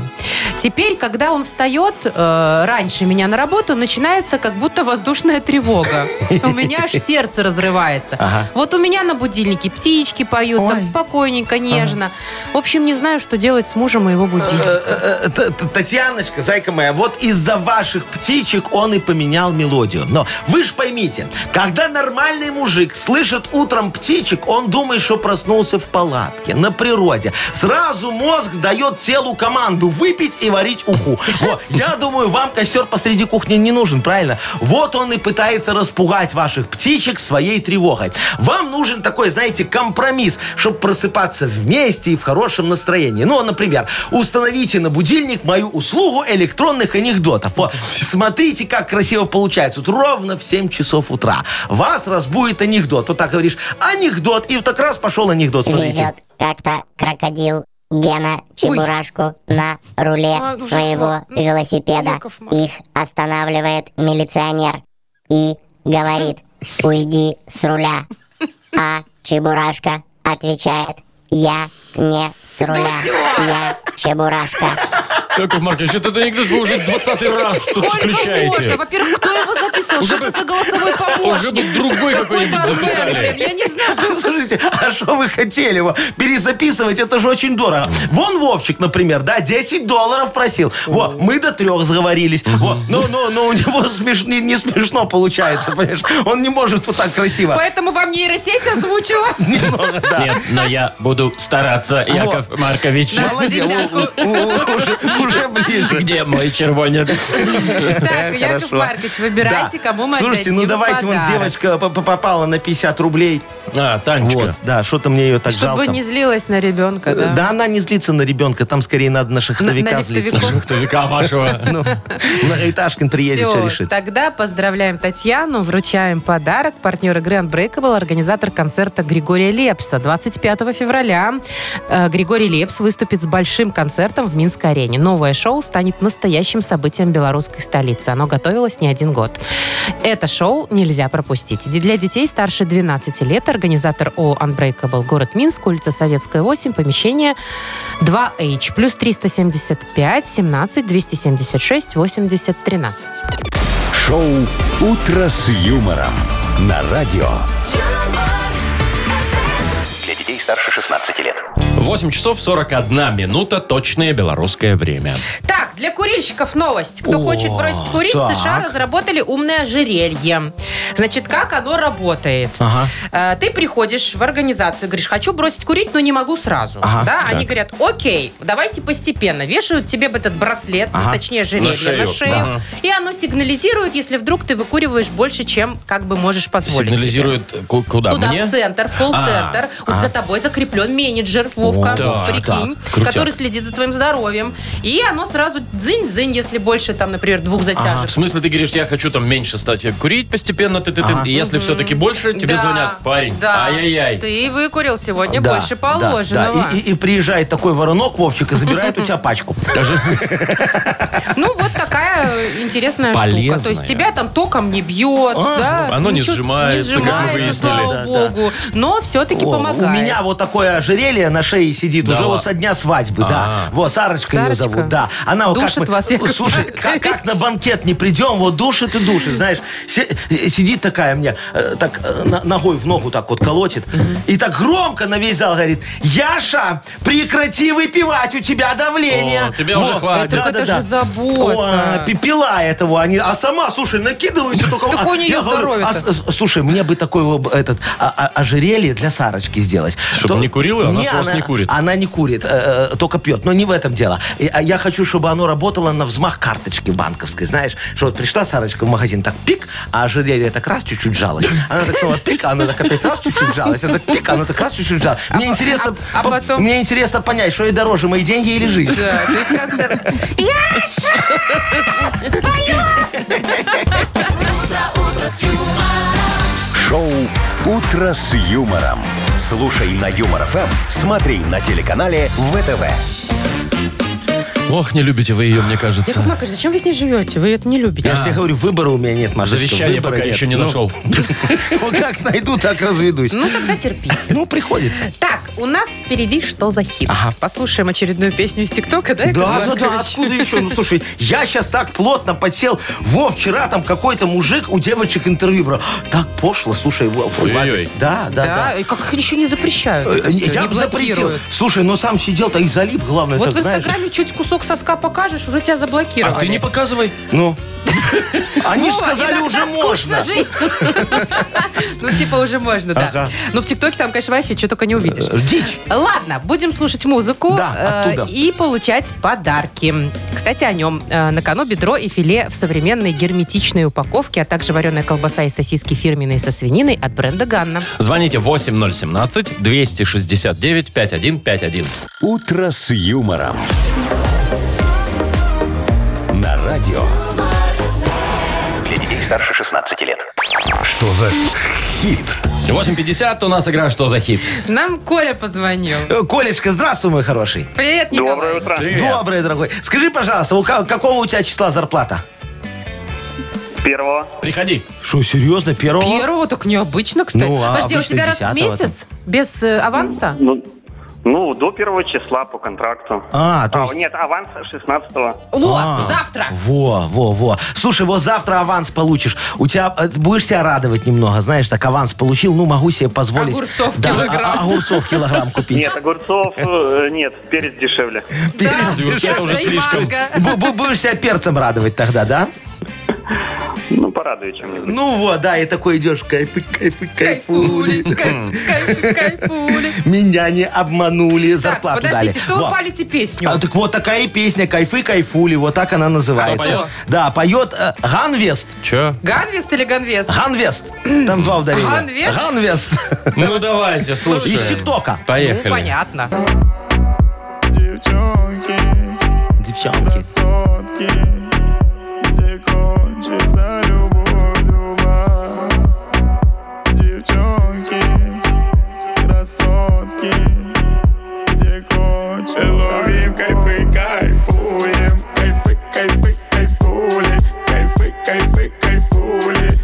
S6: Теперь, когда он встает э, раньше меня на работу, начинается как будто воздушная тревога. У меня аж сердце разрывается.
S3: Ага.
S6: Вот у меня на будильнике птички поют, там
S3: Ой.
S6: спокойненько, нежно. В общем, не знаю, что делать с мужем и его будильником.
S3: Э, э, Т- Т- Татьяночка, зайка моя, вот из-за ваших птичек он и поменял мелодию. Но вы ж поймите, когда нормальный мужик слышит утром птичек, он думает, что проснулся в палатке, на природе. Сразу мозг дает телу команду выпить и варить уху. Во, я думаю, вам костер посреди кухни не нужен, правильно? Вот он и пытается распугать ваших птичек своей тревогой. Вам нужен такой, знаете, компромисс, чтобы просыпаться вместе и в хорошем настроении. Ну, например, установите на будильник мою услугу электронных анекдотов. Вот, смотрите, как красиво получается. Вот ровно в 7 часов утра вас разбудит анекдот. Вот так говоришь, анекдот, и вот так раз пошел анекдот. Смотрите.
S10: Везет как-то крокодил Гена Чебурашку на руле
S6: Ой, ну
S10: своего
S6: что? Ну,
S10: велосипеда.
S6: Яков Маркович.
S10: Их останавливает милиционер и говорит, уйди с руля. А Чебурашка отвечает, я не с руля, я Чебурашка.
S1: Яков Маркович, этот анекдот вы уже 20 раз тут
S6: Сколько Ну, можно?
S1: включаете.
S6: Во-первых, кто его записывал?
S1: Э, Уже
S6: Что это
S1: бы-
S6: за голосовой помощник?
S1: Уже бы другой какой-нибудь
S6: Какой-то Армен, блин,
S1: записали.
S6: Я не знаю.
S3: Слушайте, а что вы хотели его? Перезаписывать это же очень дорого. Вон Вовчик, например, да, 10 долларов просил. Во, мы до трех сговорились. Во, ну, ну, ну, у него смеш- не, не смешно получается, понимаешь? Он не может вот так красиво.
S6: Поэтому вам нейросеть озвучила.
S3: Немного, да.
S1: Нет, но я буду стараться, Яков Маркович.
S3: Молодец,
S6: десятку.
S3: у- у- уже, уже ближе.
S1: Где мой червонец?
S6: Так, Яков
S3: Хорошо.
S6: Маркович, выбирайте,
S3: Да.
S6: кому мы
S3: Слушайте, ну
S6: отдадим
S3: давайте, вон
S6: подарок.
S3: девочка п- п- попала на 50 рублей.
S1: А,
S3: Вот,
S1: Танечка.
S3: да, что-то мне ее так
S6: Чтобы
S3: жалко.
S6: не злилась на ребенка, да?
S3: Да она не злится на ребенка, там скорее надо на шахтовика
S6: на
S3: злиться.
S6: лифтовика.
S1: Жухтовика вашего.
S3: Ну, Этажкин приедет, все
S6: Всё,
S3: решит.
S6: Тогда поздравляем Татьяну, вручаем подарок. Партнер игры Unbreakable, организатор концерта Григория Лепса. 25 февраля э, Григорий Лепс выступит с большим концертом в Минской арене. Новое шоу станет настоящим событием белорусской столицы. Оно готовилось не один год. Это шоу нельзя пропустить. Ди- Для детей старше 12 лет организатор ООО Unbreakable город Минск, улица Советская, 8, помещение 2H, плюс 375, 17, 276, 80, 13.
S4: Шоу «Утро с юмором» на радио.
S7: Для детей старше 16 лет.
S1: 8 часов 41 минута, точное белорусское время.
S6: Так, для курильщиков новость. Кто
S3: О,
S6: хочет бросить курить, в
S3: так.
S6: США разработали умное ожерелье. Значит, как оно работает?
S3: Ага.
S6: Э, Ты приходишь в организацию, говоришь, хочу бросить курить, но не могу сразу.
S3: Ага,
S6: да?
S3: так.
S6: Они говорят, окей, давайте постепенно. Вешают тебе этот браслет, ну,
S3: Ага. Ну.
S6: точнее, ожерелье на шею.
S1: шею, да.
S6: И оно сигнализирует, если вдруг ты выкуриваешь больше, чем как бы можешь позволить. себе.
S1: Сигнализирует ку- куда?
S6: Туда,
S1: Мне?
S6: в центр, в
S3: А,
S6: колл-центр. вот за тобой закреплен менеджер, Вовка,
S1: О, так,
S6: Вов, прикинь,
S1: так, крутяк.
S6: который следит за твоим здоровьем. И оно сразу дзынь-дзынь, если больше, там, например, двух
S1: В
S6: затяжек.
S1: смысле, ты говоришь, я хочу там меньше стать курить постепенно, ты, ты, ты. и если все-таки больше, тебе
S6: Да,
S1: звонят, парень,
S6: да.
S1: ай-яй-яй.
S6: Ты выкурил сегодня
S3: Да, да,
S6: больше
S3: да.
S6: положенного.
S3: И, и- и приезжает такой воронок, Вовчик, и забирает у тебя пачку.
S1: Даже
S6: Ну, вот такая э, интересная штука. То есть
S1: Полезная.
S6: тебя там током не бьет,
S3: А,
S6: да?
S1: оно не
S6: ничего
S1: сжимается, как мы
S6: сжимается,
S1: выяснили.
S6: слава
S3: Да, да.
S6: богу. Но все-таки
S3: О,
S6: помогает.
S3: У меня вот такое ожерелье на шее сидит
S1: Да
S3: уже вот
S1: ладно.
S3: со дня свадьбы, да.
S1: А.
S3: Вот, Сарочка ее
S6: Сарочка?
S3: зовут, да. Она вот
S6: Душит
S3: как мы-
S6: вас, Яков
S3: Слушай, как,
S6: Маркович.
S3: как на банкет не придем, вот душит и душит, знаешь. Си- э, Сидит такая мне, э, так э, на- ногой в ногу так вот колотит. И так громко на весь зал говорит, Яша, прекрати выпивать, у тебя давление.
S1: О, тебя уже хватит.
S6: Так это же забота. вот.
S3: О, а, пепела этого. Они, а сама, слушай, накидывается только...
S6: Так
S3: а,
S6: у неё
S3: я говорю,
S6: здоровье-то.
S3: а с- слушай, мне бы такое вот, этот, а- а- ожерелье для Сарочки сделать.
S1: Чтобы не курила? Она ж у вас не курит.
S3: Она не курит, э, э, только пьет. Но не в этом дело. И, а Я хочу, чтобы оно работало на взмах карточки банковской. Знаешь, что вот пришла Сарочка в магазин, так пик, а ожерелье так раз чуть-чуть жалось. Она так снова пик, а она так опять раз чуть-чуть жалась. Она так пик, а она так раз чуть-чуть жалась. Мне интересно...
S6: а
S3: по-
S6: потом-
S3: Мне интересно понять, что ей дороже, мои деньги или жизнь.
S6: Да, ты в конце так,
S4: Шоу «Утро с юмором». Слушай на Юмор ФМ, смотри на телеканале ВТВ.
S1: Ох, не любите вы ее, мне кажется.
S6: Яков Маркович, зачем вы с ней живете? Вы это не любите.
S3: Я же тебе говорю, выбора у меня нет, Машечка.
S1: А. Завещание
S3: выбора
S1: пока
S3: нет.
S1: еще не
S3: Ну,
S1: нашел.
S3: Ну, как найду, так разведусь.
S6: Ну, тогда терпите.
S3: Ну, приходится.
S6: Так, у нас впереди что за хит? Послушаем очередную песню из ТикТока, да, Яков
S3: Да, да, да,
S6: Маркович?
S3: откуда еще? Ну, слушай, я сейчас так плотно подсел. Во, вчера там какой-то мужик у девочек интервью брал. Так пошло, слушай, во, фу,
S1: Ой-ой-ой.
S3: гадость. Да, да,
S6: Да,
S3: да.
S6: и как их еще не запрещают?
S3: Э,
S6: это всё,
S3: Я
S6: не
S3: бы запретил.
S6: блокируют.
S3: Слушай, ну сам сидел-то и залип, главное,
S6: Вот
S3: так,
S6: в
S3: знаешь.
S6: Инстаграме чуть кусок соска покажешь, уже тебя
S1: А
S6: заблокировали.
S1: ты не показывай.
S3: Ну. Они же
S6: Вова,
S3: сказали,
S6: иногда
S3: уже
S6: скучно
S3: можно.
S6: жить. Ну, типа, уже можно, да.
S3: Ага.
S6: Но в ТикТоке там, конечно, вообще что только не увидишь.
S3: Э, Дичь.
S6: Ладно, будем слушать музыку
S3: Да,
S6: э,
S3: оттуда.
S6: и получать подарки. Кстати, о нем. Э, на кону бедро и филе в современной герметичной упаковке, а также вареная колбаса и сосиски фирменные со свининой от бренда «Ганна».
S1: Звоните 8017-269-5151.
S4: «Утро с юмором». На радио.
S7: Для детей старше 16 лет.
S4: Что за хит?
S1: 8.50 у нас игра «Что за хит?».
S6: Нам Коля позвонил.
S3: Э, Колечка, здравствуй, мой хороший.
S6: Привет, Николай.
S8: Доброе утро.
S3: Добрый, дорогой. Скажи, пожалуйста, у ка- какого у тебя числа зарплата?
S8: Первого.
S1: Приходи.
S3: Что, серьезно, первого?
S6: Первого так необычно, кстати.
S3: Ну, а
S6: Подожди, у
S3: обычно
S6: тебя раз в
S3: 10-го
S6: месяц? Без э, аванса?
S8: Ну, ну, до первого числа по контракту.
S3: А, то
S8: А,
S3: есть...
S8: нет, аванс 16-го.
S6: О,
S3: А.
S6: Ну, завтра!
S3: Во, во, во. Слушай, вот завтра аванс получишь. У тебя э, будешь себя радовать немного, знаешь, так аванс получил, ну могу себе позволить.
S6: Огурцов
S3: Да,
S6: килограмм.
S3: а- а- огурцов килограмм купить.
S8: Нет, огурцов э, нет, перец дешевле.
S6: Да,
S1: Перед- Вот
S6: сейчас
S1: это уже
S6: и
S1: слишком.
S6: манго.
S3: Бу- бу- Будешь себя перцем радовать тогда, да?
S8: Ну, порадует чем-нибудь.
S3: Ну вот, да, и такой идешь, кайфы, кайфы,
S6: Кайфули,
S3: кайфули.
S6: кайф- кайф- кайфули.
S3: Меня не обманули,
S6: Так,
S3: зарплату дали.
S6: подождите, что вы
S3: Во.
S6: палите песню?
S3: А, так вот такая и песня «Кайфы, кайфули», вот так она называется.
S6: поет?
S3: Да, поет э, Ганвест.
S1: Че?
S6: Ганвест или Ганвест?
S3: Ганвест. Там два ударения.
S6: Ганвест?
S3: Ганвест.
S1: Ну давайте, слушай.
S3: Из ТикТока.
S6: Ну,
S1: Поехали.
S6: понятно.
S11: Девчонки,
S3: Девчонки.
S11: сотки, где кончится любовь дуба. Девчонки, красотки, где кончится Ловим кайфы, кайфуем, кайфы, кайфы, кайфули, кайфы, кайфы, кайфули.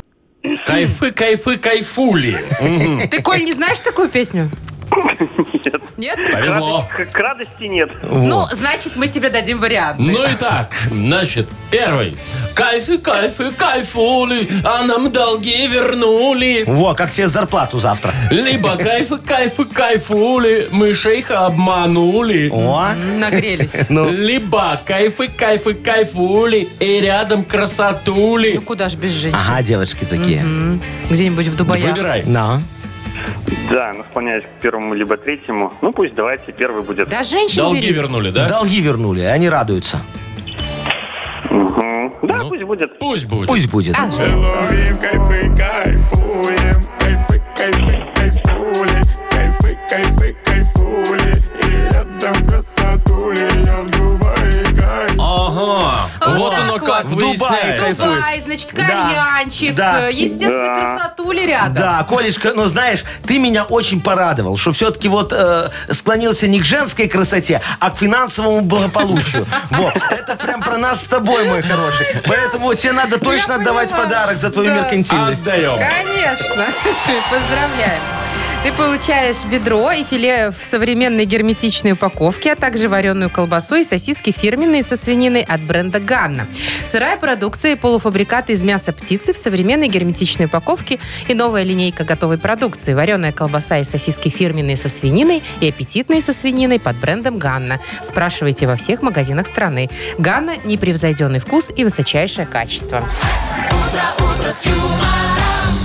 S1: Кайфы, кайфы, кайфули.
S6: Ты, Коль, не знаешь такую песню? Нет. Нет?
S1: Повезло.
S8: К, к радости нет.
S6: Ну, значит, мы тебе дадим варианты.
S1: Ну и так, значит, первый. Кайфы, кайфы, кайфули, а нам долги вернули.
S3: Во, как тебе зарплату завтра?
S1: Либо кайфы, кайфы, кайфули, мы шейха обманули.
S3: О,
S6: Нагрелись.
S3: ну,
S1: Либо кайфы, кайфы, кайфули, и рядом красотули.
S6: Ну куда ж без женщин?
S3: ага, девочки такие.
S6: М, Где-нибудь в Дубае.
S1: Выбирай.
S3: На.
S8: Да, ну, склоняюсь к первому либо третьему. Ну, пусть давайте первый будет.
S6: Да, женщин
S1: Долги
S6: бери.
S1: вернули, да?
S3: Долги вернули, они радуются.
S8: Мгм. Да,
S1: Ну.
S8: пусть будет.
S1: Пусть будет.
S3: Пусть будет.
S6: А,
S11: Ловим кайфы, кайфуем, кайфы, кайфы, кайфули, кайфы, кайфы, кайфули. И рядом красотули, я в Дубае кайф.
S1: Ага.
S6: Вот
S1: Вот
S6: так
S1: оно
S6: вот.
S1: как
S6: В
S3: Дубае
S1: выясняется.
S3: кайфует.
S6: Дубай, значит,
S3: Да.
S6: кальянчик.
S3: Да.
S6: э, Естественно,
S8: Да.
S6: красоту ли рядом?
S3: Да, Колечка, ну знаешь, ты меня очень порадовал, что все-таки вот э, склонился не к женской красоте, а к финансовому благополучию. Вот, это прям про нас с тобой, мой хороший. Поэтому тебе надо точно отдавать
S6: понимаю.
S3: подарок за твою
S6: Да.
S3: меркантильность.
S1: Отдаем.
S6: Конечно. Поздравляем. Ты получаешь бедро и филе в современной герметичной упаковке, а также вареную колбасу и сосиски фирменные со свининой от бренда «Ганна». Сырая продукция и полуфабрикаты из мяса птицы в современной герметичной упаковке и новая линейка готовой продукции. Вареная колбаса и сосиски фирменные со свининой и аппетитные со свининой под брендом «Ганна». Спрашивайте во всех магазинах страны. «Ганна» – непревзойденный вкус и высочайшее качество.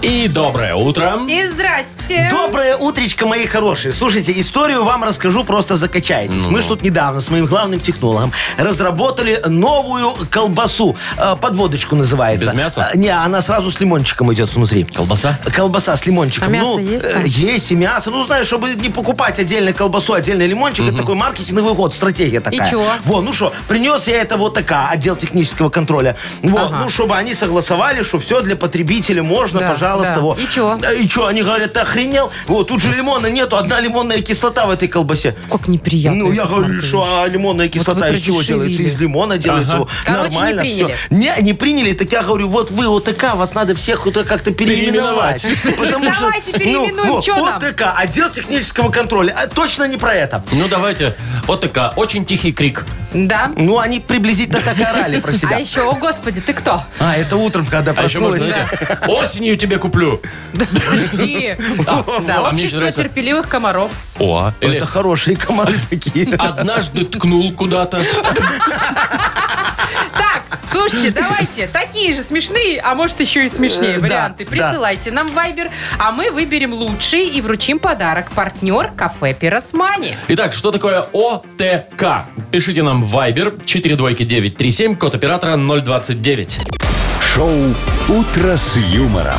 S1: И доброе утро.
S6: И здрасте!
S3: Доброе утречко, мои хорошие. Слушайте, историю вам расскажу, просто закачайтесь.
S1: Ну.
S3: Мы ж тут недавно с моим главным технологом разработали новую колбасу. Э, Подводочку называется.
S1: Без мяса?
S3: Э, Не, она сразу с лимончиком идет внутри.
S1: Колбаса?
S3: Колбаса с лимончиком.
S6: А мясо
S3: ну,
S6: есть
S3: э,
S6: там?
S3: Есть и мясо. Ну, знаешь, чтобы не покупать отдельно колбасу, отдельно лимончик, это такой маркетинговый ход, стратегия такая.
S6: чего?
S3: Во, ну что, принес я это вот такая, отдел технического контроля. Вот, ну, чтобы они согласовали, что все для потребителя можно,
S6: Да,
S3: пожалуйста.
S6: да.
S3: во.
S6: И чё?
S3: Да, И что, они говорят, ты охренел? Вот, тут же лимона нету, одна лимонная кислота в этой колбасе.
S6: Как неприятно.
S3: Ну, я
S6: Яков
S3: говорю,
S6: Маркович.
S3: что а лимонная кислота
S6: вы
S3: из чего
S6: продешевили.
S3: делается? Из лимона делается.
S1: Ага.
S3: вот,
S6: Короче, не
S3: Нормально всё.
S6: приняли.
S3: Не, не приняли. Так я говорю, вот вы ОТК, вас надо всех вот как-то переименовать. Потому что,
S6: Давайте переименуем,
S3: ну, вот,
S6: чё нам?
S3: ОТК, отдел технического контроля. А, Точно не про это.
S1: Ну, давайте. Вот такая. Очень тихий крик.
S6: Да.
S3: Ну, они приблизительно так и орали про
S6: А
S3: себя.
S6: еще, о господи, ты кто?
S3: А, это утром, когда
S1: А еще можно,
S3: проснулась.
S1: знаете, осенью тебе куплю.
S6: Подожди. Да,
S1: А мне еще
S6: общество
S1: нравится.
S6: терпеливых комаров.
S1: О, или А
S3: Это хорошие комары такие.
S1: однажды ткнул куда-то.
S6: Так, слушайте, давайте такие же смешные, а может еще и смешнее
S3: Э, да,
S6: варианты.
S3: да.
S6: Присылайте нам Вайбер, а мы выберем лучший и вручим подарок. Партнер кафе Пиросмани.
S1: Итак, что такое ОТК? Пишите нам в Viber 42937, код оператора 029.
S4: Шоу «Утро с юмором»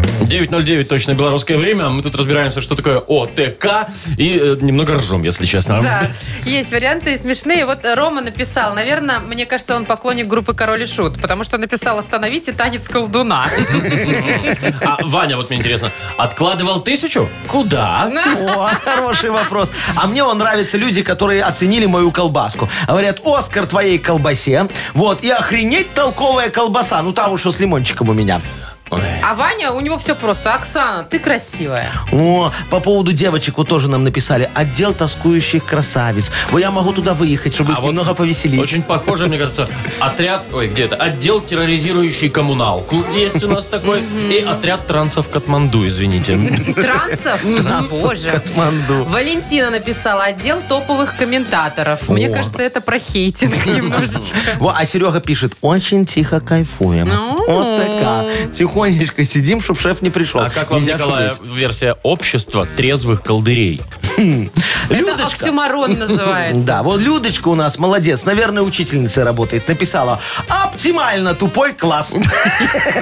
S1: 9.09 точно белорусское время. Мы тут разбираемся, что такое ОТК. И э, немного ржем, если честно.
S6: Да, есть варианты смешные. Вот Рома написал, наверное, мне кажется, он поклонник группы Король и Шут, потому что написал «Остановите танец колдуна».
S1: А Ваня, вот мне интересно, откладывал тысячу? Куда?
S3: О, хороший вопрос. А мне он нравятся люди, которые оценили мою колбаску. Говорят, Оскар твоей колбасе. Вот, и охренеть толковая колбаса. Ну, там уж что с лимончиком у меня.
S6: А Ваня, у него все просто. Оксана, ты красивая.
S3: О, по поводу девочек вот тоже нам написали. Отдел тоскующих красавиц. Вот я могу туда выехать, чтобы
S1: А
S3: их
S1: вот
S3: немного повеселить.
S1: Очень похоже, мне кажется, отряд, ой, где это, отдел терроризирующий коммуналку есть у нас такой, и отряд трансов Катманду, извините.
S6: Трансов? Боже.
S3: Манду.
S6: Валентина написала отдел топовых комментаторов. Мне
S3: О.
S6: кажется, это про хейтинг немножечко.
S3: Во, а Серега пишет, очень тихо кайфуем.
S6: Ну.
S3: Вот такая. Тихонечко сидим, чтобы шеф не пришел.
S1: А как вам,
S3: Нельзя
S1: Николай,
S3: шуметь.
S1: версия общества трезвых колдырей?
S6: Это
S3: Людочка.
S6: оксюмарон называется.
S3: Да, вот Людочка у нас молодец, наверное, учительницей работает. Написала оптимально тупой класс.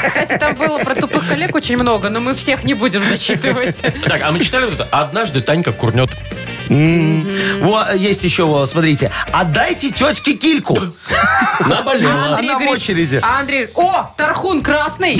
S6: Кстати, там было про тупых коллег очень много, но мы всех не будем зачитывать.
S1: Так, а мы читали вот это? Однажды Танька курнет.
S3: Во, есть еще, во, смотрите. Отдайте тетке кильку.
S1: Наболела.
S3: Она в
S6: говорит-
S3: очереди.
S6: А Андрей, о, Тархун красный.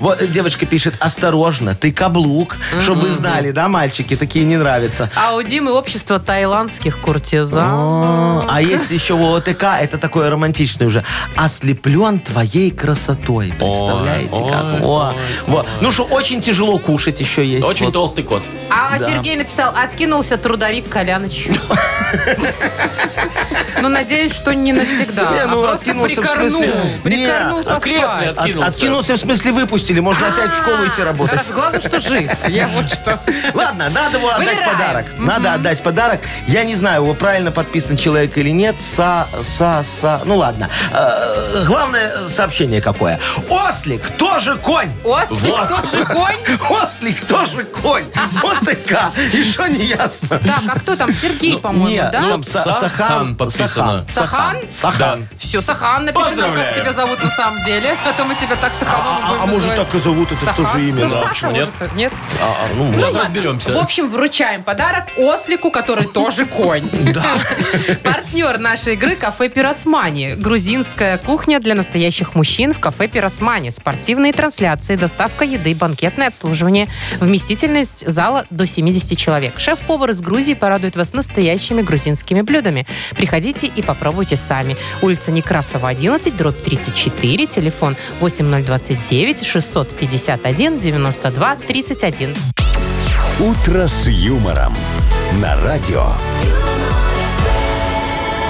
S3: Вот э, девочка пишет, осторожно, ты каблук. Чтобы вы знали, да, мальчики, такие не нравятся.
S6: А у Димы общество тайландских куртизан.
S3: О, А есть еще ОТК, это такое романтичное уже. Ослеплен твоей красотой. Представляете,
S1: Ой,
S3: как?
S1: ой,
S3: О, во. Ну что, очень тяжело кушать еще есть.
S1: Очень
S3: ну, Вот.
S1: толстый кот.
S6: А Сергей написал, откинулся трудовик Коляныч. Ну, надеюсь, что не навсегда.
S3: Не,
S6: а
S3: ну,
S6: просто
S3: откинулся в
S6: прикорнул.
S3: смысле-
S6: Прикорнул
S3: Не, а
S1: в кресле
S6: поспать.
S1: от-
S3: От-
S1: Откинулся.
S3: откинулся, в смысле выпустили, можно опять в школу идти работать.
S6: Да, А. Главное, что жив. Я вот что.
S3: Ладно, надо его отдать
S6: Выбираем.
S3: подарок. Надо отдать подарок. Я не знаю, его правильно подписан человек или нет. Са, са, са. Ну ладно. Э, Главное сообщение какое. Ослик тоже конь.
S6: Ослик
S3: Вот.
S6: тоже конь.
S3: Ослик тоже конь. Вот такая. И что не ясно.
S6: Так, а кто там? Сергей, по-моему,
S3: Ну, Не,
S6: да?
S3: там
S1: Сахан
S3: Са- Сахан.
S1: подписано.
S3: Сахан.
S6: Сахан?
S3: Сахан.
S6: Все, Сахан, напиши нам, как
S1: Поздравляю.
S6: тебя зовут на самом деле. А то мы тебя так Саханом
S3: А,
S6: будем
S3: а может
S6: называть.
S3: так и зовут, это
S6: Сахан?
S3: тоже имя,
S6: Ну,
S3: да.
S6: Саша,
S1: Нет.
S6: может, нет?
S3: А, ну,
S6: Ну,
S1: Сейчас
S6: ладно.
S1: разберемся.
S6: В общем, вручаем подарок ослику, который тоже конь. Да. Партнер нашей игры – кафе «Пиросмани». Грузинская кухня для настоящих мужчин в кафе «Пиросмани». Спортивные трансляции, доставка еды, банкетное обслуживание. Вместительность зала до 70 человек. Шеф-повар из Грузии порадует вас настоящими грузинскими блюдами. Приходите и попробуйте сами. Улица Некрасова, 11, дробь 34, телефон 8029 651 92 31.
S4: «Утро с юмором» на радио.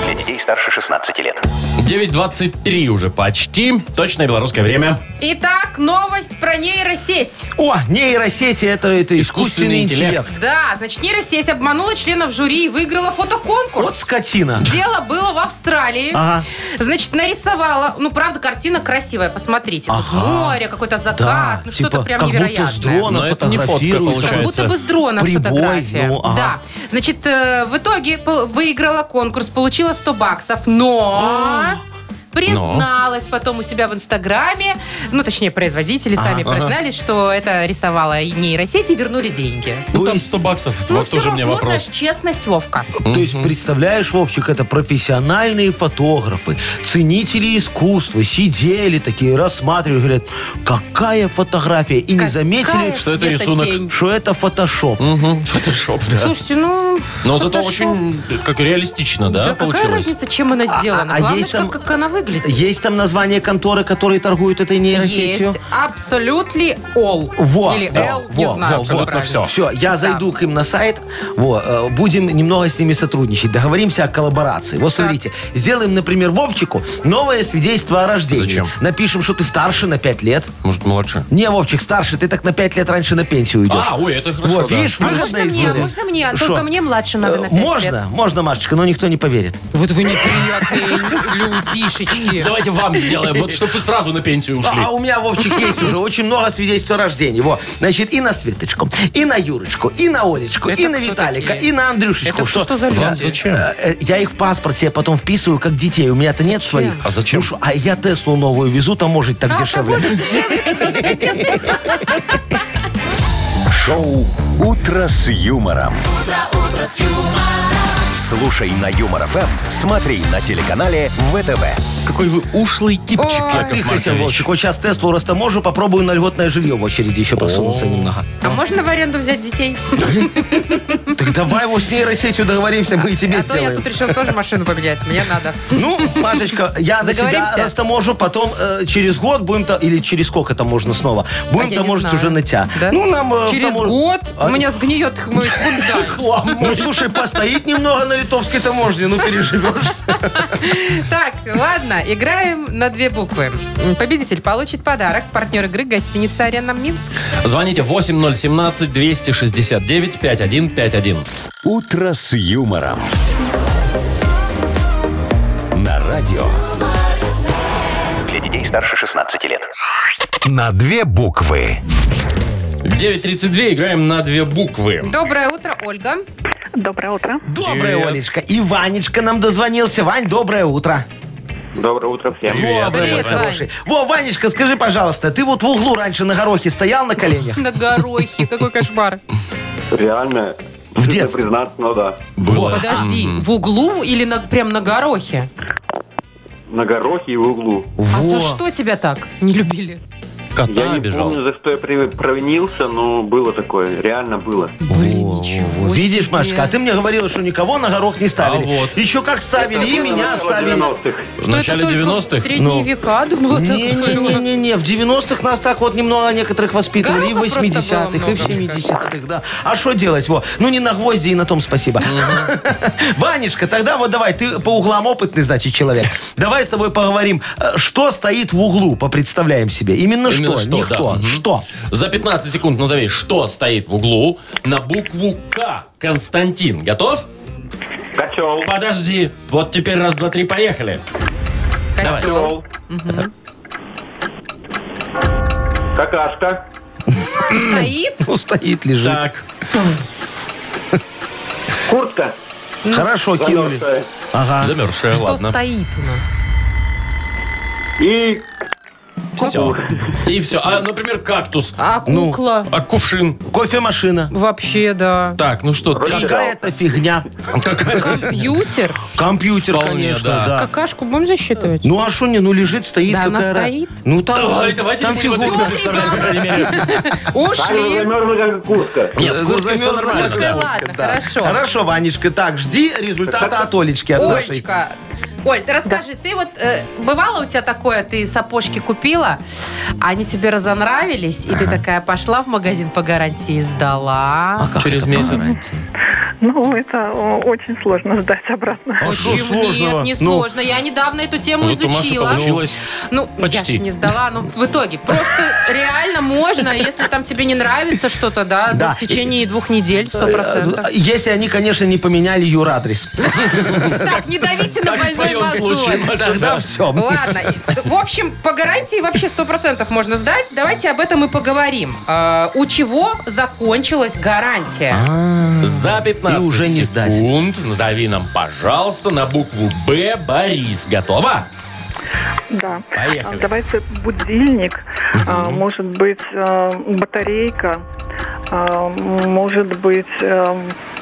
S7: Для детей старше 16 лет.
S1: 9.23 уже почти. Точное белорусское время.
S6: Итак, новость про нейросеть.
S3: О, нейросети, это, это
S1: Искусственный
S3: искусственный интеллект.
S1: интеллект.
S6: Да, значит, нейросеть обманула членов жюри и выиграла
S3: Вот А,
S6: фотоконкурс.
S3: скотина.
S6: Дело было в Австралии.
S3: Ага.
S6: Значит, нарисовала. Ну, правда, картина красивая, посмотрите. Тут
S3: Ага.
S6: море, какой-то закат.
S3: Да,
S6: ну,
S3: типа,
S6: что-то прям
S3: как будто с
S6: невероятное.
S3: дрона
S1: Но это не фотка
S3: фотографирует.
S6: Как
S1: получается.
S6: будто бы с дрона
S3: Прибой,
S6: фотография.
S3: ну, ага.
S6: Да. Значит, э, в итоге пол- выиграла конкурс, получила 100 баксов, но... Призналась потом у себя в Инстаграме, ну, точнее, производители сами признались, что это рисовала нейросеть и вернули деньги.
S1: Ну,
S3: Ну,
S1: там
S3: и-
S1: 100 баксов.
S6: Ну,
S1: вот
S6: все
S1: тоже мне
S6: равно,
S1: вопрос.
S6: знаешь, честность, Вовка.
S3: То есть, представляешь, Вовчик, это профессиональные фотографы, ценители искусства, сидели такие, рассматривали, говорят, какая фотография. И не заметили,
S6: Какая
S3: что,
S1: это рисунок?
S6: светотень.
S3: что это фотошоп.
S1: Мгм, Фотошоп, да.
S6: Слушайте, ну...
S1: Но зато
S6: фотошоп.
S1: очень э, как реалистично, да,
S6: Да а какая
S1: получилось.
S6: разница, чем она сделана?
S3: а- а
S6: Главное,
S3: есть
S6: что
S3: там-
S6: как она выглядит.
S3: Есть там название конторы, которые торгуют этой нейросетью?
S6: Есть Absolutely All.
S3: Во,
S6: Или
S3: во,
S6: L, не
S3: во,
S6: знаю,
S3: во,
S6: как
S3: вот, ну
S6: правильно.
S1: всё.
S3: Все, я зайду к им на сайт, во, э, будем немного с ними сотрудничать, договоримся о коллаборации. Вот смотрите, сделаем, например, Вовчику новое свидетельство о рождении.
S1: Зачем?
S3: Напишем, что ты старше на 5 лет.
S1: Может, младше?
S3: Не, Вовчик, старше, ты так на 5 лет раньше на пенсию идешь.
S1: А, ой, это хорошо,
S3: Вот,
S1: да.
S3: видишь,
S6: А
S3: выгодная
S6: можно мне,
S3: история.
S6: можно мне,
S3: Шо?
S6: только мне младше надо на
S3: Э,
S6: пять
S3: можно,
S6: лет.
S3: можно, Машечка, но никто не поверит.
S6: Вот вы неприятные людишечки.
S1: Давайте вам сделаем, вот чтобы вы сразу на пенсию ушли.
S3: А, а у меня, Вовчик, есть уже очень много свидетельств о рождении. Во. Значит, и на Светочку, и на Юрочку, и на Олечку,
S6: Это
S3: и на
S6: кто
S3: Виталика,
S6: такие?
S3: и на Андрюшечку.
S6: Это что за
S1: Вам
S6: люди?
S1: зачем?
S3: Э, э, Я их в паспорт себе потом вписываю, как детей. У меня-то нет своих.
S1: А зачем?
S3: Ну шо, а я Теслу новую везу, там может так
S6: А,
S3: дешевле.
S6: может, дешевле, когда на пять лет.
S4: Шоу «Утро с юмором». Слушай на Юмор ФМ, смотри на телеканале ВТВ.
S1: Какой вы ушлый типчик,
S6: Ой.
S3: А
S1: Яков
S3: ты хотел,
S1: Маркович.
S3: Вовчик, вот сейчас Теслу растаможу, попробую на льготное жилье в очереди еще просунуться немного.
S6: А можно в аренду взять детей?
S3: Так давай его с нейросетью договоримся, мы и тебе
S6: А то я
S3: сделаем.
S6: тут решил тоже машину поменять. Мне надо.
S3: Ну, Машечка, я за себя
S6: Договоримся?
S3: растаможу, потом э, через год будем-то, или через сколько там можно снова,
S6: А
S3: будем
S6: я не
S3: таможить
S6: знаю.
S3: Ну, уже на тебя.
S6: Да?
S3: Ну, нам... э,
S6: Через
S3: тамож-
S6: год
S3: А,
S6: у меня сгниет мой Hyundai.
S3: Ну, слушай, постоит немного на литовской таможне, ну переживешь.
S6: Так, ладно, играем на две буквы. М, Победитель получит подарок. Партнер игры гостиница «Арена Минск».
S1: Звоните 8017-269-5151.
S4: «Утро с юмором». На радио.
S7: Для детей старше 16 лет.
S4: На две буквы.
S1: 9.32, играем на две буквы.
S6: Доброе утро, Ольга.
S9: Доброе утро.
S3: Доброе,
S1: Привет.
S3: Олечка. И Ванечка нам дозвонился. Вань, доброе утро.
S8: Доброе утро всем.
S3: Доброе,
S6: Привет,
S3: мой
S6: Вань.
S3: хороший. Во, Ванечка, скажи, пожалуйста, ты вот в углу раньше на горохе стоял на коленях?
S6: На горохе, какой кошмар.
S8: Реально,
S3: В детстве.
S8: признаться, но да.
S1: Было.
S6: Подожди, в углу или на, прям на горохе?
S8: На горохе и в углу.
S6: А
S3: Во.
S6: за что тебя так не любили?
S1: Кота
S8: я не
S1: обижал.
S8: помню, за что я при- провинился, но было такое, реально было.
S6: Блин,
S3: Во,
S6: ничего
S3: во, Видишь,
S6: себе.
S3: Машка, а ты мне говорила, что никого на горох не ставили.
S1: А вот.
S3: Еще как ставили, и
S6: Это
S3: меня
S6: было
S3: ставили.
S8: 90-х.
S1: В начале
S6: это только
S1: 90-х?
S6: в средние
S3: Ну.
S6: века думала такое было?
S3: Не-не-не, в 90-х нас так вот немного некоторых воспитывали,
S6: Гороха
S3: и в 80-х, и в
S6: просто было много, мне
S3: 70-х, да. А что делать, во? Ну, не на гвозди, и на том спасибо. Ванечка, тогда вот давай, ты по углам опытный, значит, человек. Давай с тобой поговорим, э, что стоит в углу, попредставляем себе. Именно
S1: Именно
S3: что,
S1: что,
S3: не
S1: да,
S3: кто,
S1: мгм.
S3: что.
S1: За 15 секунд назови, что стоит в углу на букву К. Константин, готов?
S8: Качел.
S1: Подожди. Вот теперь раз, два, три, поехали.
S6: Котел.
S8: Какашка.
S6: Стоит?
S3: Ну, стоит, лежит.
S1: Так.
S8: Куртка.
S3: Хорошо,
S8: Ну,
S3: кинули.
S8: Замерзшая.
S3: Ага.
S1: Замерзшая,
S6: Что
S1: ладно.
S6: стоит у нас?
S8: И
S1: Все. И все. А, например, кактус.
S6: А
S3: Ну.
S6: кукла?
S1: А кувшин.
S3: Кофемашина.
S6: Вообще, да.
S1: Так, ну что, три.
S3: Какая-то фигня.
S1: Какая-
S6: Компьютер?
S3: Компьютер,
S1: Вполне,
S3: конечно,
S1: да.
S3: да.
S6: Какашку будем засчитывать?
S3: Ну а что не, ну лежит, стоит
S6: Да, она
S3: какая ра-
S6: стоит.
S3: Ну там,
S1: Давай, давайте
S3: там
S1: не будем
S3: фигура.
S1: себя представлять, по крайней мере.
S6: Ушли.
S8: замерзла, как куртка.
S1: Нет, с курткой все
S3: Э, Замерзла
S1: нормально.
S6: Курткой
S1: да.
S6: ладно, хорошо.
S3: Хорошо, Ванечка, так, жди результата от Олечки. От нашей.
S6: Олечка, Оль, ты расскажи, ты вот э, бывало у тебя такое, ты сапожки купила, они тебе разонравились, и ты такая пошла в магазин по гарантии сдала.
S1: Через месяц.
S9: Ну, это о, очень сложно сдать обратно.
S3: А что
S6: Почему?
S3: сложного?
S6: Нет, не
S3: Ну,
S6: сложно. Я недавно эту тему
S1: Ну, вот у Маши
S6: изучила.
S1: получилось.
S6: Ну, я
S1: Почти.
S6: же не сдала, но в итоге. Просто реально можно, если там тебе не нравится что-то, да,
S3: Да.
S6: ну, в течение двух недель, сто процентов.
S3: Ну, э, Если они, конечно, не поменяли юр-адрес.
S6: Так, не давите на
S1: Как в
S6: больной
S1: твоем случае,
S6: мозоль.
S1: Маша,
S3: Тогда
S1: да.
S3: все.
S6: Ладно, и- в общем, по гарантии вообще 100% можно сдать. Давайте об этом и поговорим. Э, У чего закончилась гарантия?
S1: За 15
S3: И уже не сдать.
S1: секунд назови нам, пожалуйста, на букву «Б» Борис. Готова?
S9: Да.
S1: Поехали.
S9: А, Давайте будильник, а, может быть, э, батарейка, а, может быть, э,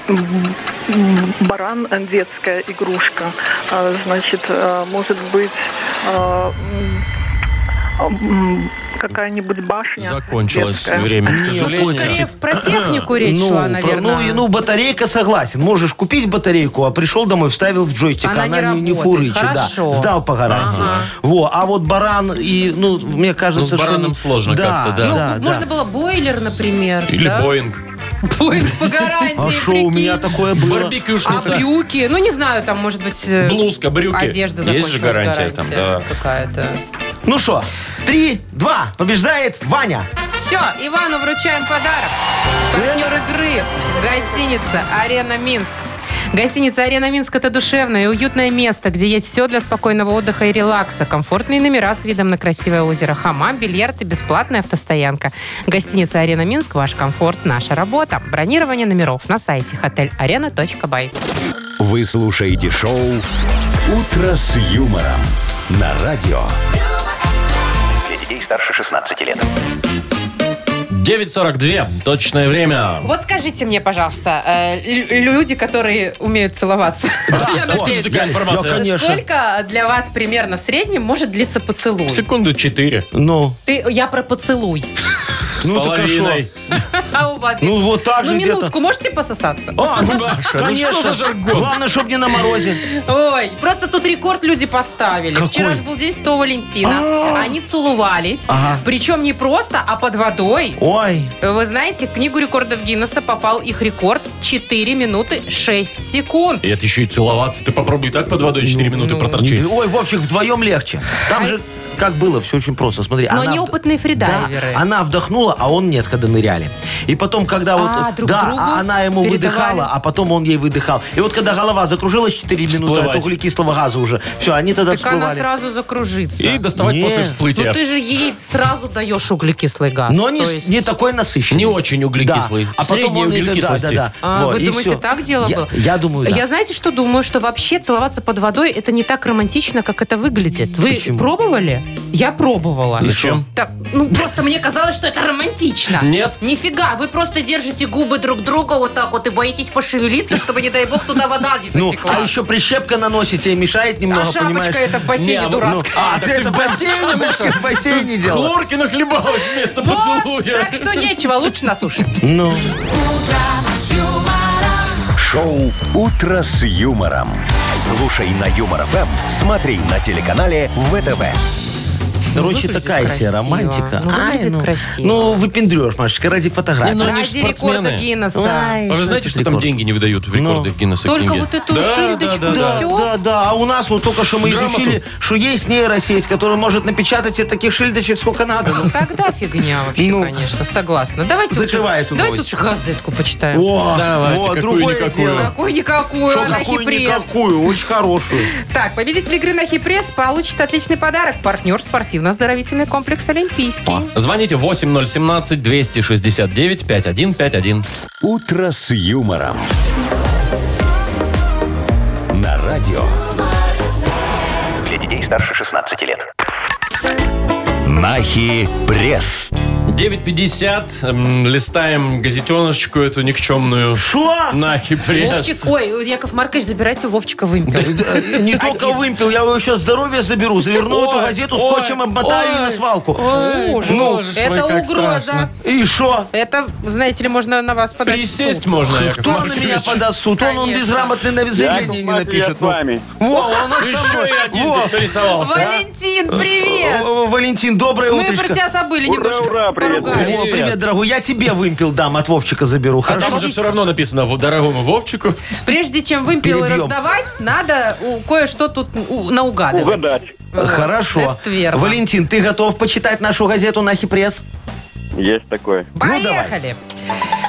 S9: м, м, баран э, детская игрушка, а, значит, э, может быть, э, м, м, какая-нибудь башня.
S1: Закончилось
S9: детская.
S1: время, к
S6: Ну, тут скорее
S1: сожалению.
S6: про технику речь
S3: А, ну,
S6: шла,
S3: про-
S6: наверное.
S3: ну, и, ну, батарейка согласен. Можешь купить батарейку, а пришел домой, вставил в джойстик. а
S6: Она
S3: Она, не,
S6: не
S3: не
S6: работает.
S3: фурычит,
S6: Хорошо.
S3: да. Сдал по гарантии.
S6: Ага.
S3: Во, а вот баран и, ну, мне
S1: Ну, с
S3: кажется, что...
S1: бараном сложно
S3: да,
S1: как-то, да.
S6: Ну,
S3: да,
S6: можно
S3: да.
S6: было бойлер, например.
S1: Или
S6: да?
S1: «Боинг».
S6: Боинг по гарантии,
S3: А что у
S6: прикинь.
S3: меня такое было?
S6: А
S1: Барбекюшница.
S6: брюки? Ну, не знаю, там, может быть... э,
S1: Блузка, брюки.
S6: Одежда
S1: Есть же
S6: закончилась
S1: гарантия там, да.
S6: какая-то.
S3: Ну что, три, два, побеждает Ваня.
S6: Все, Ивану вручаем подарок. Партнер игры – гостиница «Арена Минск». Гостиница «Арена Минск» – это душевное и уютное место, где есть все для спокойного отдыха и релакса. Комфортные номера с видом на красивое озеро Хамам, бильярд и бесплатная автостоянка. Гостиница «Арена Минск» – ваш комфорт, наша работа. Бронирование номеров на сайте hotelarena.by.
S4: Вы слушаете шоу «Утро с юмором» на радио.
S7: Для детей старше 16 лет.
S1: 9.42. Точное время.
S6: Вот скажите мне, пожалуйста, э, лю- люди, которые умеют целоваться, я
S1: Вот
S6: надеюсь,
S1: такая
S3: Я,
S1: информация.
S3: конечно.
S6: Сколько для вас примерно в среднем может длиться поцелуй?
S1: Секунду 4.
S3: Ну,
S6: Ты, я про поцелуй.
S3: ну так а шо?
S1: Половиной.
S6: А у вас?
S3: Ну вот так
S6: Ну,
S3: же где-то.
S6: минутку, можете пососаться?
S3: А, ну,
S1: Маша, ну
S3: конечно.
S1: что за жаргон?
S3: Главное, чтобы не на морозе.
S6: Ой, просто тут рекорд люди поставили.
S3: Какой? А.
S6: Вчера же был день Святого Валентина. Они целовались.
S3: Ага.
S6: Причем не просто, а под водой.
S3: Ой,
S6: Вы знаете, в книгу рекордов Гиннесса попал их рекорд 4 минуты 6 секунд.
S1: И это еще и целоваться. Ты попробуй так под водой 4
S6: Ну,
S1: минуты проторчи.
S3: Не- Ой, Вовчик, вдвоем легче. Там же как было, все очень просто. Смотри,
S6: Но
S3: она
S6: они
S3: вд-
S6: опытные
S3: Да,
S6: фридайверы.
S3: она вдохнула, а он нет, когда ныряли. И потом, когда вот...
S6: А, друг
S3: да,
S6: другу
S3: а она ему
S6: передавали.
S3: выдыхала, а потом он ей выдыхал. И вот когда голова закружилась 4 минуты
S1: Всплывать.
S3: от углекислого газа уже, все, они тогда
S6: Так
S3: всплывали.
S6: она сразу закружится.
S1: И доставать
S3: Не.
S1: после всплытия.
S6: Ну ты же ей сразу даешь углекислый газ.
S3: Но не,
S6: то есть-
S3: не такой насыщенный.
S1: Не очень углекислый.
S3: Да. А потом
S1: Средний
S3: он... и- Да,
S1: углекислости.
S3: да, да.
S6: А,
S3: Вот,
S6: вы
S3: и
S6: думаете,
S3: всё.
S6: так дело
S3: Я-
S6: было?
S3: Я думаю, да.
S6: Я знаете, что думаю? Что вообще целоваться под водой это не так романтично, как это выглядит. Вы
S3: Почему?
S6: пробовали? Я пробовала.
S1: Зачем?
S6: Так, ну, просто мне казалось, что это романтично.
S1: Нет.
S6: Нифига, вы просто держите губы друг друга вот так вот и боитесь пошевелиться, чтобы, не дай бог, туда вода не
S3: Ну,
S6: затекла.
S3: а еще прищепка наносите и мешает
S6: А
S3: немного,
S6: шапочка
S3: понимаешь?
S6: это в бассейне
S1: Не, а вот,
S3: Ну,
S6: дурацкая.
S3: а, ты
S1: Ты
S3: это
S1: в бассейне, Маша?
S3: в бассейне делала?
S1: Хлорки нахлебалась вместо
S6: Вот,
S1: поцелуя.
S6: так что нечего, лучше на суше.
S3: Ну,
S4: Шоу «Утро с юмором». Слушай на Юмор ФМ, смотри на телеканале ВТВ.
S3: короче,
S6: выглядит
S3: такая себе
S6: красиво.
S3: романтика.
S6: Ну,
S3: Ай,
S6: выглядит
S3: ну.
S6: красиво.
S3: Ну, выпендрешь, Машечка, ради фотографии.
S1: Не, ну, они ж
S6: Ради рекорда
S1: спортсмены.
S6: Гиннесса.
S3: Ай,
S1: А вы знаете,
S3: это
S1: что там
S3: рекорд.
S1: деньги не выдают в рекорды в Гиннесса
S6: Ну. Только
S1: книге?
S6: вот эту
S1: Да,
S6: шильдочку,
S1: да, да, да.
S6: всё.
S3: Да, да, а у нас вот только что мы
S1: Грамоту.
S3: изучили, что есть нейросеть, которая может напечатать тебе таких шильдочек сколько надо. Ну,
S6: Тогда фигня вообще,
S3: Ну.
S6: конечно, согласна. Давайте лучше-
S3: Закрывай эту
S6: Давайте
S3: новость.
S6: лучше газетку почитаем.
S3: Ну, О,
S1: Давайте,
S3: о,
S1: какую-никакую.
S3: другое дело.
S6: Какую-никакую,
S3: Что,
S6: анахипресс.
S3: какую-никакую, очень хорошую.
S6: Так, победитель игры на Хипресс получит отличный подарок. Партнер спортивно-оздоровительный комплекс «Олимпийский».
S1: А. Звоните 8017-269-5151.
S4: «Утро с юмором». радио.
S7: Для детей старше 16 лет.
S4: Нахи пресс.
S1: 9.50. Эм, листаем газетеночку эту никчемную.
S3: Шо?
S1: Нахи
S6: Вовчик,
S1: пресс.
S6: ой, Яков Маркович, забирайте у Вовчика вымпел.
S3: Э, Не только вымпел, я его сейчас здоровье заберу, заверну эту
S1: Ой,
S3: газету,
S1: ой,
S3: скотчем обмотаю и на
S1: ой.
S3: свалку.
S1: Боже
S3: ну,
S1: мой,
S6: Это
S1: как страшно.
S6: угроза.
S3: И шо?
S6: Это, знаете ли, можно на вас подать в
S1: Присесть
S6: суд.
S1: можно, Яков
S3: Кто на
S1: Маркович?
S3: меня подаст в суд? Он, он
S6: Конечно.
S3: безграмотный на заявление не напишет. ну. Во, он вот со
S1: Еще
S3: мной.
S1: и один
S3: Во.
S1: тут нарисовался. а?
S6: Валентин, привет!
S3: О, Валентин, доброе
S6: Мы
S3: утречко.
S6: про тебя забыли немножко.
S8: ура, привет,
S3: О,
S6: поругались.
S1: Привет.
S3: привет, дорогой. Я тебе вымпел дам, от Вовчика заберу.
S1: А
S3: Хорошо?
S1: там уже все равно написано «Во- дорогому Вовчику.
S6: Прежде чем вымпел
S3: Перебьем.
S6: раздавать, надо у- кое-что тут у- наугадывать.
S8: Угадать.
S6: Вот,
S3: Хорошо.
S6: Это верно.
S3: Валентин, ты готов почитать нашу газету «Нахи пресс»?
S8: Есть такое.
S6: Поехали.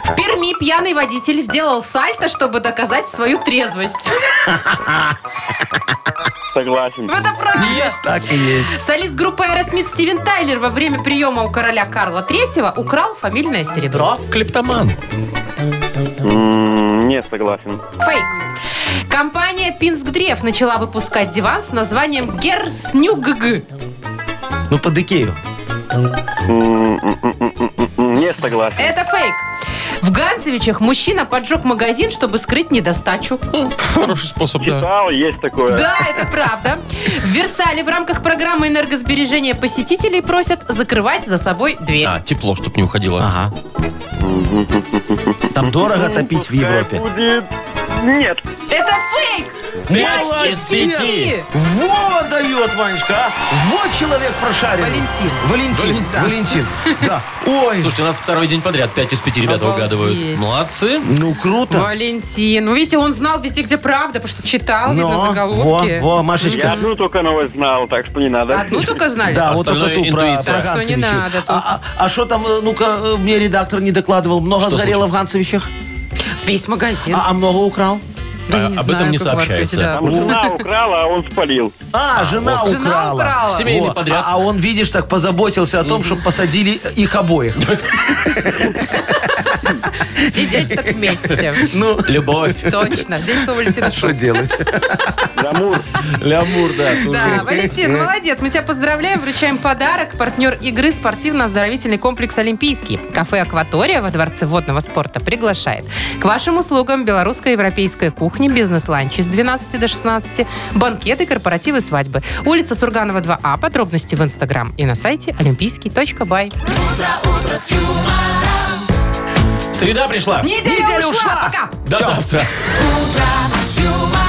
S6: В Перми пьяный водитель сделал сальто, чтобы доказать свою трезвость.
S8: Согласен.
S6: Это правда.
S1: Есть
S3: Так и есть.
S6: Солист группы Aerosmith Стивен Тайлер во время приема у короля Карла Третьего украл фамильное серебро.
S1: клептоман.
S8: М, Не согласен.
S6: Фейк. Компания Пинск Древ начала выпускать диван с названием Герснюгг.
S3: Ну, под Икею.
S8: М, м, м, м, м, м, Не согласен.
S6: Это фейк. В Ганцевичах мужчина поджег магазин, чтобы скрыть недостачу.
S1: Хороший способ, да.
S8: Читал, есть такое.
S6: Да, это правда. В Версале в рамках программы энергосбережения посетителей просят закрывать за собой дверь.
S1: А, тепло, чтоб не уходило.
S3: Ага. Там дорого топить в Европе.
S8: Будет... Нет.
S6: Это фейк!
S1: Пять
S6: Пять из
S1: из
S6: пяти!
S3: Вова дает, Ванечка, а! Вот человек прошаренный.
S6: Валентин.
S3: Валентин,
S1: Да.
S3: Валентин. Да. Ой,
S1: Слушайте, у нас второй день подряд 5 из 5 ребята
S6: Обалдеть.
S1: угадывают. Молодцы.
S3: ну круто.
S6: Валентин. Ну, видите, он знал везде, где правда, потому что читал, видно,
S3: Но,
S6: заголовки.
S3: Ну, Во, во, Машечка.
S8: Я одну только новость знал, так что не надо.
S6: Одну только знали?
S3: Да, вот только
S1: Остальное
S3: ту про,
S1: интуиция.
S3: про
S6: Так что не
S3: Ганцевича.
S6: надо тут.
S3: А- А что там, э, ну-ка, э, мне редактор не докладывал. Много
S1: Что
S3: сгорело в Ганцевичах?
S6: Весь магазин.
S3: А, а много украл?
S1: а, об этом не сообщается.
S8: Там жена украла, а он спалил.
S3: А, жена
S1: вот.
S3: украла.
S6: Жена украла.
S1: Семейный
S3: Во,
S1: подряд.
S3: А, а он, видишь, так позаботился о том, чтобы посадили их обоих.
S6: Сидеть так вместе.
S3: Ну,
S1: Любовь.
S6: Точно. Здесь снова Валентина
S3: что
S6: Шут.
S3: делать?
S8: Замур.
S1: Лямур, да. тоже.
S6: Да, Валентин, ну, молодец. Мы тебя поздравляем, вручаем подарок. Партнер игры спортивно-оздоровительный комплекс «Олимпийский». Кафе «Акватория» во Дворце водного спорта приглашает. К вашим услугам белорусская и европейская кухня, бизнес-ланчи с 12 до 16, банкеты, корпоративы, свадьбы. Улица Сурганова 2А. Подробности в Инстаграм и на сайте олимпийский.бай.
S1: Среда пришла.
S6: Неделя ушла! Пока!
S1: До завтра.
S12: humor.